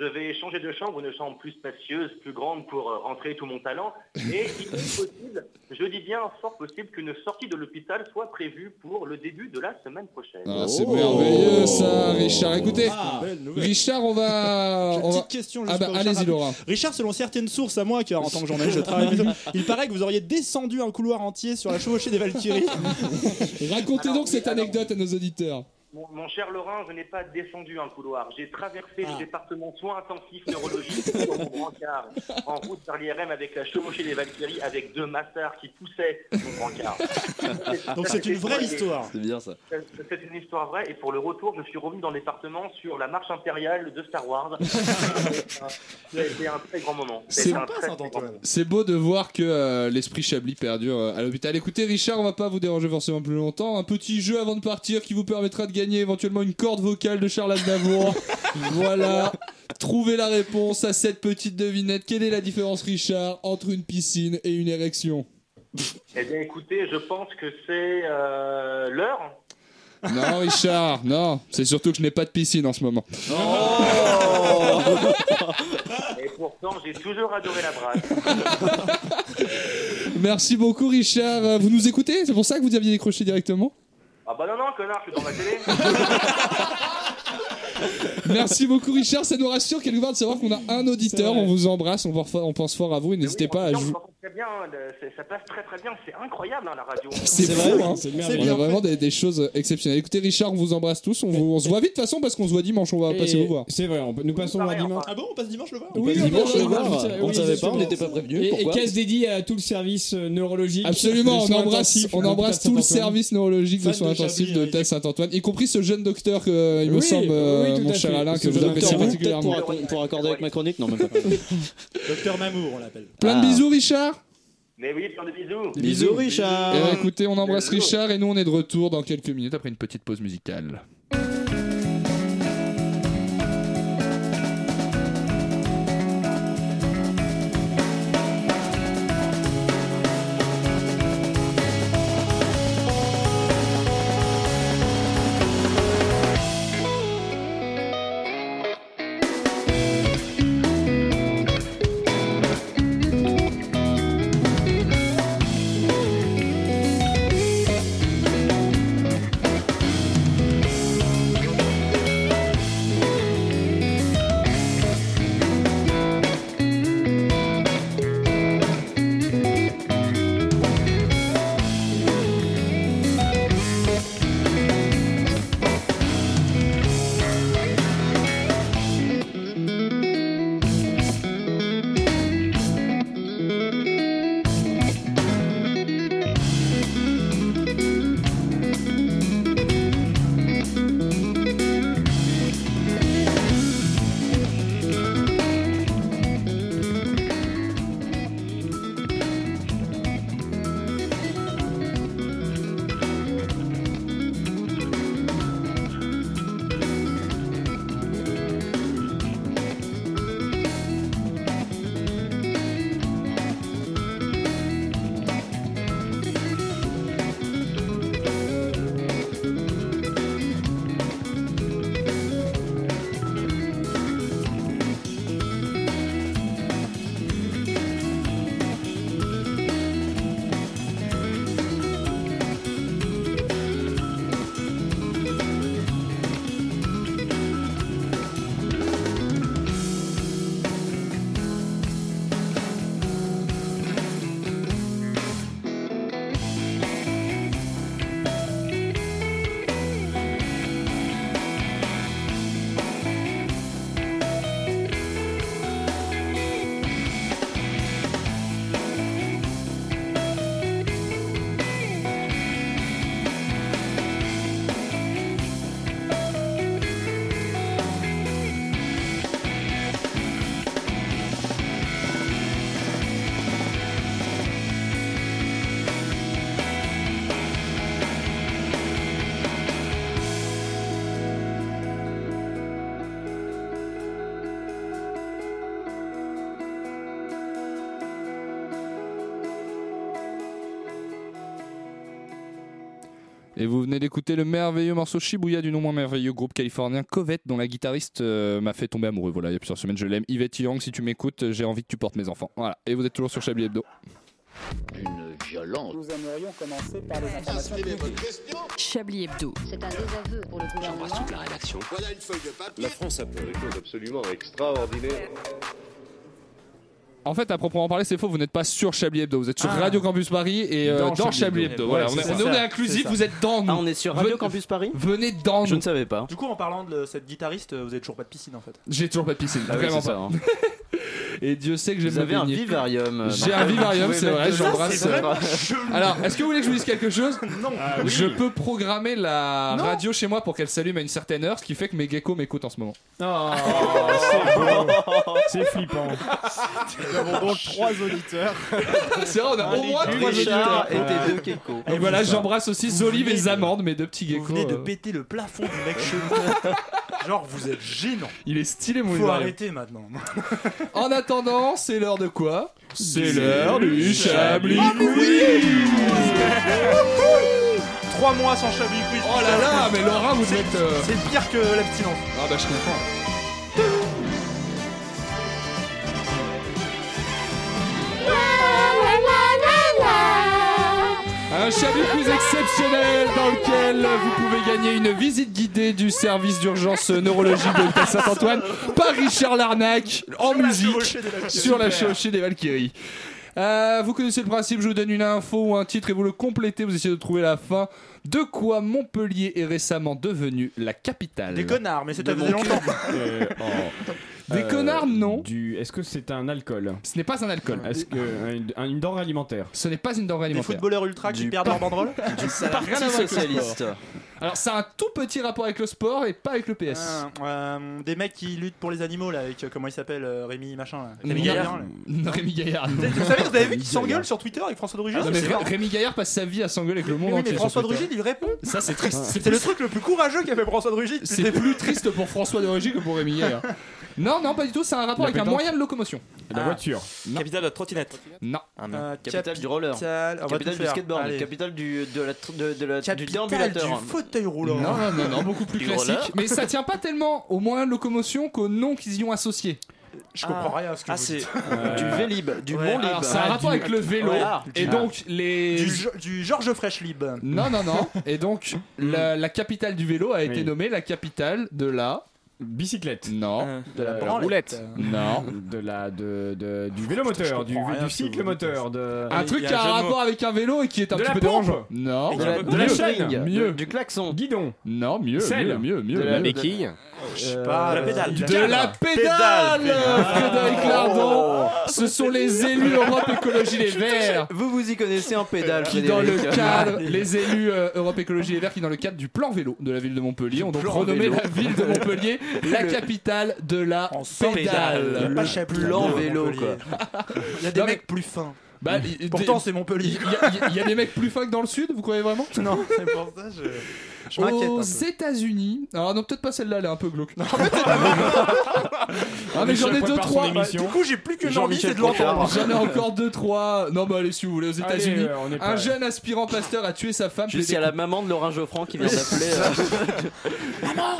Speaker 5: Je vais changer de chambre, une chambre plus spacieuse, plus grande pour euh, rentrer tout mon talent. Et il est possible, je dis bien fort possible, qu'une sortie de l'hôpital soit prévue pour le début de la semaine prochaine.
Speaker 1: Ah, c'est merveilleux ça, Richard. Écoutez,
Speaker 9: Ah, Belle nouvelle.
Speaker 1: Richard, on va.
Speaker 9: J'ai une
Speaker 1: on va-
Speaker 9: petite question juste
Speaker 1: Ah bah,
Speaker 9: pour Richard
Speaker 1: allez-y,
Speaker 9: rapide.
Speaker 1: Laura.
Speaker 9: Richard, selon certaines sources à moi, car en tant que journaliste je travaille, avec eux, il paraît que vous auriez descendu un couloir entier sur la chevauchée des Valkyries.
Speaker 1: <laughs> Racontez
Speaker 5: Alors,
Speaker 1: donc cette
Speaker 5: alors-
Speaker 1: anecdote à nos auditeurs.
Speaker 5: Mon, mon cher Laurent, je n'ai pas descendu un couloir. J'ai traversé
Speaker 9: Ah.
Speaker 5: le département soins intensifs neurologiques sur mon brancard, en route vers l'IRM avec la chevauchée des Valkyries, avec deux massards qui poussaient mon brancard.
Speaker 9: Donc c'est une vraie histoire.
Speaker 3: C'est bien ça.
Speaker 5: C'est c'est une histoire vraie et pour le retour, je suis revenu dans le département sur la marche impériale de Star
Speaker 9: <laughs>
Speaker 5: Wars. C'était un très grand moment.
Speaker 1: C'est
Speaker 5: C'était un
Speaker 9: Pas
Speaker 5: très,
Speaker 9: Saint
Speaker 5: très grand moment.
Speaker 9: Antoine.
Speaker 1: C'est beau de voir que euh, l'esprit Chablis perdure euh, à l'hôpital. Écoutez, Richard, on va pas vous déranger forcément plus longtemps. Un petit jeu avant de partir qui vous permettra de gagner éventuellement une corde vocale de Charles <laughs> Aznavour. voilà. Trouvez la réponse à cette petite devinette. Quelle est la différence, Richard, entre une piscine et une érection
Speaker 5: Eh bien écoutez, je pense que c'est euh, l'heure.
Speaker 1: Non, Richard, non. C'est surtout que je n'ai pas de piscine en ce moment.
Speaker 5: Et pourtant, j'ai toujours adoré la brasse.
Speaker 1: Merci beaucoup, Richard. Euh, Vous nous écoutez C'est pour ça que vous aviez décroché directement
Speaker 5: Ah bah non, non, connard, je suis dans ma télé.
Speaker 1: Merci beaucoup, Richard. Ça nous rassure quelque part de savoir qu'on a un auditeur. On vous embrasse, on, va- on pense fort à vous et n'hésitez
Speaker 5: Oui,
Speaker 1: pas
Speaker 5: en
Speaker 1: à
Speaker 5: tout cas, on
Speaker 1: jouer.
Speaker 5: s'entend très bien, hein, le- c'est- ça passe très très bien, c'est incroyable hein, la radio.
Speaker 1: C'est
Speaker 9: C'est
Speaker 1: fou,
Speaker 9: vrai,
Speaker 1: hein.
Speaker 9: c'est
Speaker 1: On
Speaker 9: bien
Speaker 1: a
Speaker 9: bien
Speaker 1: vraiment des, des choses exceptionnelles. Écoutez, Richard, on vous embrasse tous. On, vous- on se voit vite de toute façon parce qu'on se voit dimanche. On va
Speaker 12: Et-
Speaker 1: passer vous voir.
Speaker 2: C'est vrai, on peut- nous passons
Speaker 5: Ça
Speaker 2: à
Speaker 5: paraît,
Speaker 2: dimanche.
Speaker 5: enfin.
Speaker 9: Ah bon, on passe dimanche le voir
Speaker 12: Oui,
Speaker 3: Dimanche,
Speaker 12: oui,
Speaker 3: au revoir.
Speaker 12: oui,
Speaker 3: on ne
Speaker 12: oui,
Speaker 3: savait pas,
Speaker 12: exactement.
Speaker 3: on n'était pas prévenu.
Speaker 12: Et, et
Speaker 3: Pourquoi
Speaker 12: caisse dédiée à tout le service euh, neurologique.
Speaker 1: Absolument,
Speaker 12: de
Speaker 1: on
Speaker 12: soins
Speaker 1: embrasse,
Speaker 12: intensifs,
Speaker 1: on
Speaker 12: de
Speaker 1: embrasse
Speaker 12: l'hôpital
Speaker 1: tout le
Speaker 12: Saint-Antoine.
Speaker 1: service neurologique de
Speaker 9: Fan
Speaker 1: soins
Speaker 9: de Chablis,
Speaker 1: intensifs de
Speaker 9: Eric.
Speaker 1: l'hôtel Saint-Antoine, y compris ce jeune docteur que, euh, il me
Speaker 12: Oui,
Speaker 1: semble, euh,
Speaker 12: oui, tout
Speaker 1: mon
Speaker 12: à
Speaker 1: cher
Speaker 12: fait.
Speaker 1: Alain, que
Speaker 12: Ce
Speaker 1: vous
Speaker 12: docteur
Speaker 1: appréciez
Speaker 12: Wu, peut-être
Speaker 1: particulièrement.
Speaker 3: pour,
Speaker 1: <laughs>
Speaker 3: accorder avec ma chronique Non, même pas.
Speaker 9: Docteur Mamour, on l'appelle.
Speaker 1: Plein de
Speaker 3: Ah.
Speaker 1: bisous, Richard.
Speaker 5: Mais oui, plein de bisous.
Speaker 1: Eh ben, écoutez, on embrasse Richard et nous on est de retour dans quelques minutes après une petite pause musicale. Et vous venez d'écouter le merveilleux morceau Shibuya du non moins merveilleux groupe californien Covette, dont la guitariste euh, m'a fait tomber amoureux. Voilà, il y a plusieurs semaines, je l'aime. Yvette Young, si tu m'écoutes, j'ai envie que tu portes mes enfants. Voilà, et vous êtes toujours sur Chablis Hebdo.
Speaker 6: Une violente.
Speaker 13: Nous aimerions commencer par les informations
Speaker 8: Chablis Hebdo. C'est un désaveu pour le gouvernement.
Speaker 6: toute la rédaction.
Speaker 13: Voilà une feuille de papier.
Speaker 6: La France a fait des choses absolument extraordinaires.
Speaker 1: En fait, à proprement parler, c'est faux, vous n'êtes pas sur Chablis Hebdo, vous êtes sur
Speaker 6: Ah.
Speaker 1: Radio Campus Paris et euh,
Speaker 6: Dans
Speaker 1: dans,
Speaker 6: Chablis
Speaker 1: Chablis
Speaker 6: Hebdo.
Speaker 1: Hebdo.
Speaker 6: Ouais,
Speaker 1: Voilà,
Speaker 6: c'est
Speaker 1: on est,
Speaker 6: ça.
Speaker 1: on est
Speaker 6: C'est ça.
Speaker 1: inclusif,
Speaker 6: C'est
Speaker 1: vous
Speaker 6: ça.
Speaker 1: êtes dans nous.
Speaker 6: Ah, on est sur Radio Campus
Speaker 1: Paris Venez dans
Speaker 6: Je
Speaker 1: nous.
Speaker 6: ne savais pas.
Speaker 10: <laughs> Du coup, en parlant de le- cette guitariste, vous avez toujours pas de piscine en fait.
Speaker 1: J'ai toujours pas de piscine,
Speaker 10: Ah oui,
Speaker 1: vraiment
Speaker 10: c'est
Speaker 1: pas. Et Dieu sait que
Speaker 10: Vous
Speaker 1: j'aime me
Speaker 10: avez un
Speaker 1: baigner.
Speaker 10: vivarium, euh,
Speaker 1: J'ai un
Speaker 10: Marc.
Speaker 1: vivarium,
Speaker 10: Vous
Speaker 1: c'est
Speaker 10: pouvez
Speaker 1: vrai,
Speaker 6: bah,
Speaker 10: mettre de l'eau,
Speaker 1: j'embrasse.
Speaker 10: c'est vraiment chelou.
Speaker 1: <laughs> Alors, est-ce que vous voulez que je vous dise quelque
Speaker 2: <laughs>
Speaker 1: chose
Speaker 10: Non. Ah oui.
Speaker 1: Je peux programmer la
Speaker 10: Non.
Speaker 1: radio chez moi pour qu'elle s'allume à une certaine heure, ce qui fait que mes geckos m'écoutent en ce moment.
Speaker 2: <laughs> C'est flippant.
Speaker 11: Nous avons donc trois auditeurs.
Speaker 1: <laughs> C'est vrai, on a au moins trois auditeurs.
Speaker 2: Ah,
Speaker 1: Et voilà, j'embrasse aussi Zolive et Zamande, mes deux petits geckos.
Speaker 10: Vous venez de
Speaker 1: euh.
Speaker 10: péter le plafond du mec chelou. Genre, vous êtes gênant.
Speaker 1: Il est stylé, mon
Speaker 10: Faut
Speaker 1: vivarium.
Speaker 9: <laughs>
Speaker 10: arrêter maintenant.
Speaker 1: En attendant, c'est l'heure de quoi C'est l'heure
Speaker 10: du
Speaker 1: Chablis
Speaker 11: Trois mois sans Chablis Quiz.
Speaker 1: Oh là là, mais Laura, vous êtes.
Speaker 2: euh,
Speaker 11: C'est pire que l'abstinence.
Speaker 1: Ah bah je comprends. Un Chablis Quiz exceptionnel dans lequel vous pouvez gagner une visite guidée du service d'urgence neurologie de l'hôpital Saint-Antoine par Richard Larnac en musique sur la chevauchée des Valkyries. Euh, vous connaissez le principe, je vous donne une info ou un titre et vous le complétez, vous essayez de trouver la fin De quoi Montpellier est récemment devenue la capitale
Speaker 11: Des connards, mais c'est
Speaker 1: De
Speaker 11: à
Speaker 1: mon
Speaker 11: faisait longtemps.
Speaker 2: Euh,
Speaker 1: Des connards, non.
Speaker 2: Du... Est-ce que c'est un alcool
Speaker 1: Ce n'est pas un alcool.
Speaker 2: Est-ce que une, une denrée alimentaire Ah,
Speaker 1: Ce n'est pas une denrée
Speaker 2: alimentaire.
Speaker 1: alimentaire.
Speaker 11: ultra qui perdent
Speaker 2: <laughs>
Speaker 11: leur banderole
Speaker 10: Du
Speaker 1: Ça n'a rien à voir avec le sport. Alors, ça a un tout petit rapport avec le sport et pas avec le PS.
Speaker 11: Ah, euh, des mecs qui luttent pour les animaux là avec euh, comment il s'appelle euh, Rémi machin là.
Speaker 1: Rémi Gaillard. Non, <laughs> Rémi Gaillard. non.
Speaker 11: Vous savez, vous avez vu
Speaker 1: Rémi
Speaker 11: qu'il s'engueule
Speaker 1: Gaillard. Ah,
Speaker 11: sur Twitter avec François d'Origine
Speaker 1: Non, mais Ré- Rémi Gaillard passe sa vie à s'engueuler avec le monde
Speaker 11: oui, mais
Speaker 1: entier.
Speaker 11: François
Speaker 1: sur
Speaker 11: de
Speaker 1: Twitter.
Speaker 11: Rugy, il répond.
Speaker 1: Ça, c'est triste.
Speaker 11: Ah.
Speaker 1: C'est
Speaker 11: C'est le
Speaker 1: plus-
Speaker 11: truc le plus courageux qu'a fait François de Rugy.
Speaker 1: C'est plus triste pour François de Rugy que pour Rémi Gaillard.
Speaker 11: <laughs>
Speaker 1: Non, non, pas du tout. C'est un rapport
Speaker 2: La
Speaker 1: avec un
Speaker 2: pétanque.
Speaker 1: moyen de locomotion.
Speaker 11: Ah.
Speaker 2: La voiture.
Speaker 10: Capitale de la trottinette.
Speaker 1: Non.
Speaker 3: Capitale Ah, du roller.
Speaker 11: Capitale- Euh, on va
Speaker 3: Capitale
Speaker 11: tout
Speaker 3: du
Speaker 11: faire.
Speaker 3: skateboard.
Speaker 11: Allez.
Speaker 3: Capitale du, de la, tr-
Speaker 1: euh,
Speaker 3: <laughs> de, de la, du
Speaker 11: Capitale
Speaker 3: déambulateur.
Speaker 11: du fauteuil roulant.
Speaker 1: Non, non, non, non, beaucoup plus
Speaker 3: Du
Speaker 1: classique.
Speaker 3: roller.
Speaker 1: Mais ça tient pas tellement aux moyens de locomotion qu'aux noms qu'ils y ont associés.
Speaker 11: Je comprends rien à ce que
Speaker 10: ah,
Speaker 11: vous
Speaker 10: c'est-
Speaker 11: dites.
Speaker 10: Du
Speaker 3: Vélib, du
Speaker 11: Ouais.
Speaker 3: Montlib.
Speaker 1: Euh, Alors, ça a un
Speaker 11: Ah,
Speaker 1: rapport
Speaker 11: du-
Speaker 1: avec le vélo.
Speaker 11: Ouais. Ah.
Speaker 1: Et
Speaker 11: Ah.
Speaker 1: donc, les.
Speaker 11: Du, Jo- du Georges Frechlib.
Speaker 1: Non, non, non. Et donc, la, la capitale du vélo a été
Speaker 2: Oui.
Speaker 1: nommée la capitale de la.
Speaker 2: Bicyclette.
Speaker 1: Non.
Speaker 11: De la
Speaker 2: Euh,
Speaker 11: branlette.
Speaker 1: Non.
Speaker 2: De la, de, de- du vélo moteur, du,
Speaker 11: rien à ce que
Speaker 2: du cycle
Speaker 11: vous
Speaker 2: moteur, de.
Speaker 1: Un truc qui a un rapport avec un vélo et qui est un
Speaker 2: De
Speaker 1: petit
Speaker 2: la
Speaker 1: peu
Speaker 2: pompe.
Speaker 1: dérangeant. Non.
Speaker 2: Et qui est un peu- de la
Speaker 1: Mieux.
Speaker 2: chaîne.
Speaker 1: Mieux.
Speaker 3: Du klaxon.
Speaker 2: Guidon.
Speaker 1: Non, mieux.
Speaker 2: Selle.
Speaker 1: Mieux, mieux, mieux.
Speaker 2: De la
Speaker 1: mieux.
Speaker 2: béquille.
Speaker 11: Je sais pas.
Speaker 1: De la
Speaker 11: euh,
Speaker 1: pédale.
Speaker 11: du
Speaker 1: De
Speaker 11: cadre.
Speaker 1: la pédale, Frédéric
Speaker 3: Oh.
Speaker 1: Lardon. Ce sont les élus Europe Écologie Les Verts
Speaker 3: Vous vous y connaissez en pédale,
Speaker 1: qui dans le
Speaker 11: <laughs>
Speaker 3: Frédéric.
Speaker 1: cadre, les élus euh, Europe Écologie Les Verts qui dans le cadre du plan vélo de la ville de Montpellier ont donc
Speaker 3: plan
Speaker 1: renommé
Speaker 3: vélo.
Speaker 1: la ville de
Speaker 11: <laughs>
Speaker 1: Montpellier la
Speaker 3: Le-
Speaker 1: capitale de la pédale.
Speaker 11: Le chapitre
Speaker 3: plan
Speaker 11: de
Speaker 3: vélo,
Speaker 11: Montpellier. Il y a des
Speaker 1: Non, mais-
Speaker 11: mecs plus fins.
Speaker 1: Bah, il-
Speaker 11: Pourtant,
Speaker 1: des-
Speaker 11: c'est Montpellier.
Speaker 1: il y a- il y a- il y, a des mecs plus fins que dans le sud, vous croyez vraiment
Speaker 11: Non, c'est pour ça je. Je m'inquiète. un
Speaker 1: Aux
Speaker 11: peu.
Speaker 1: États-Unis, alors Oh, Ah, non peut-être pas celle-là, elle est un peu glauque. ah mais
Speaker 2: Michel
Speaker 1: j'en ai deux
Speaker 2: prépare son
Speaker 1: trois.
Speaker 2: émission.
Speaker 11: Du coup, j'ai plus que l'envie,
Speaker 2: Jean-Michel
Speaker 11: c'est de l'entendre.
Speaker 1: J'en ai encore deux trois. Non bah allez si vous voulez aux
Speaker 2: Allez,
Speaker 1: États-Unis,
Speaker 2: euh, on est
Speaker 1: un
Speaker 2: pas-
Speaker 1: jeune aspirant pasteur a tué sa femme.
Speaker 3: Juste il y a
Speaker 1: plaidé-
Speaker 3: la maman de Laurent Geoffran qui vient
Speaker 1: <laughs>
Speaker 3: d'appeler. euh,
Speaker 11: Ah,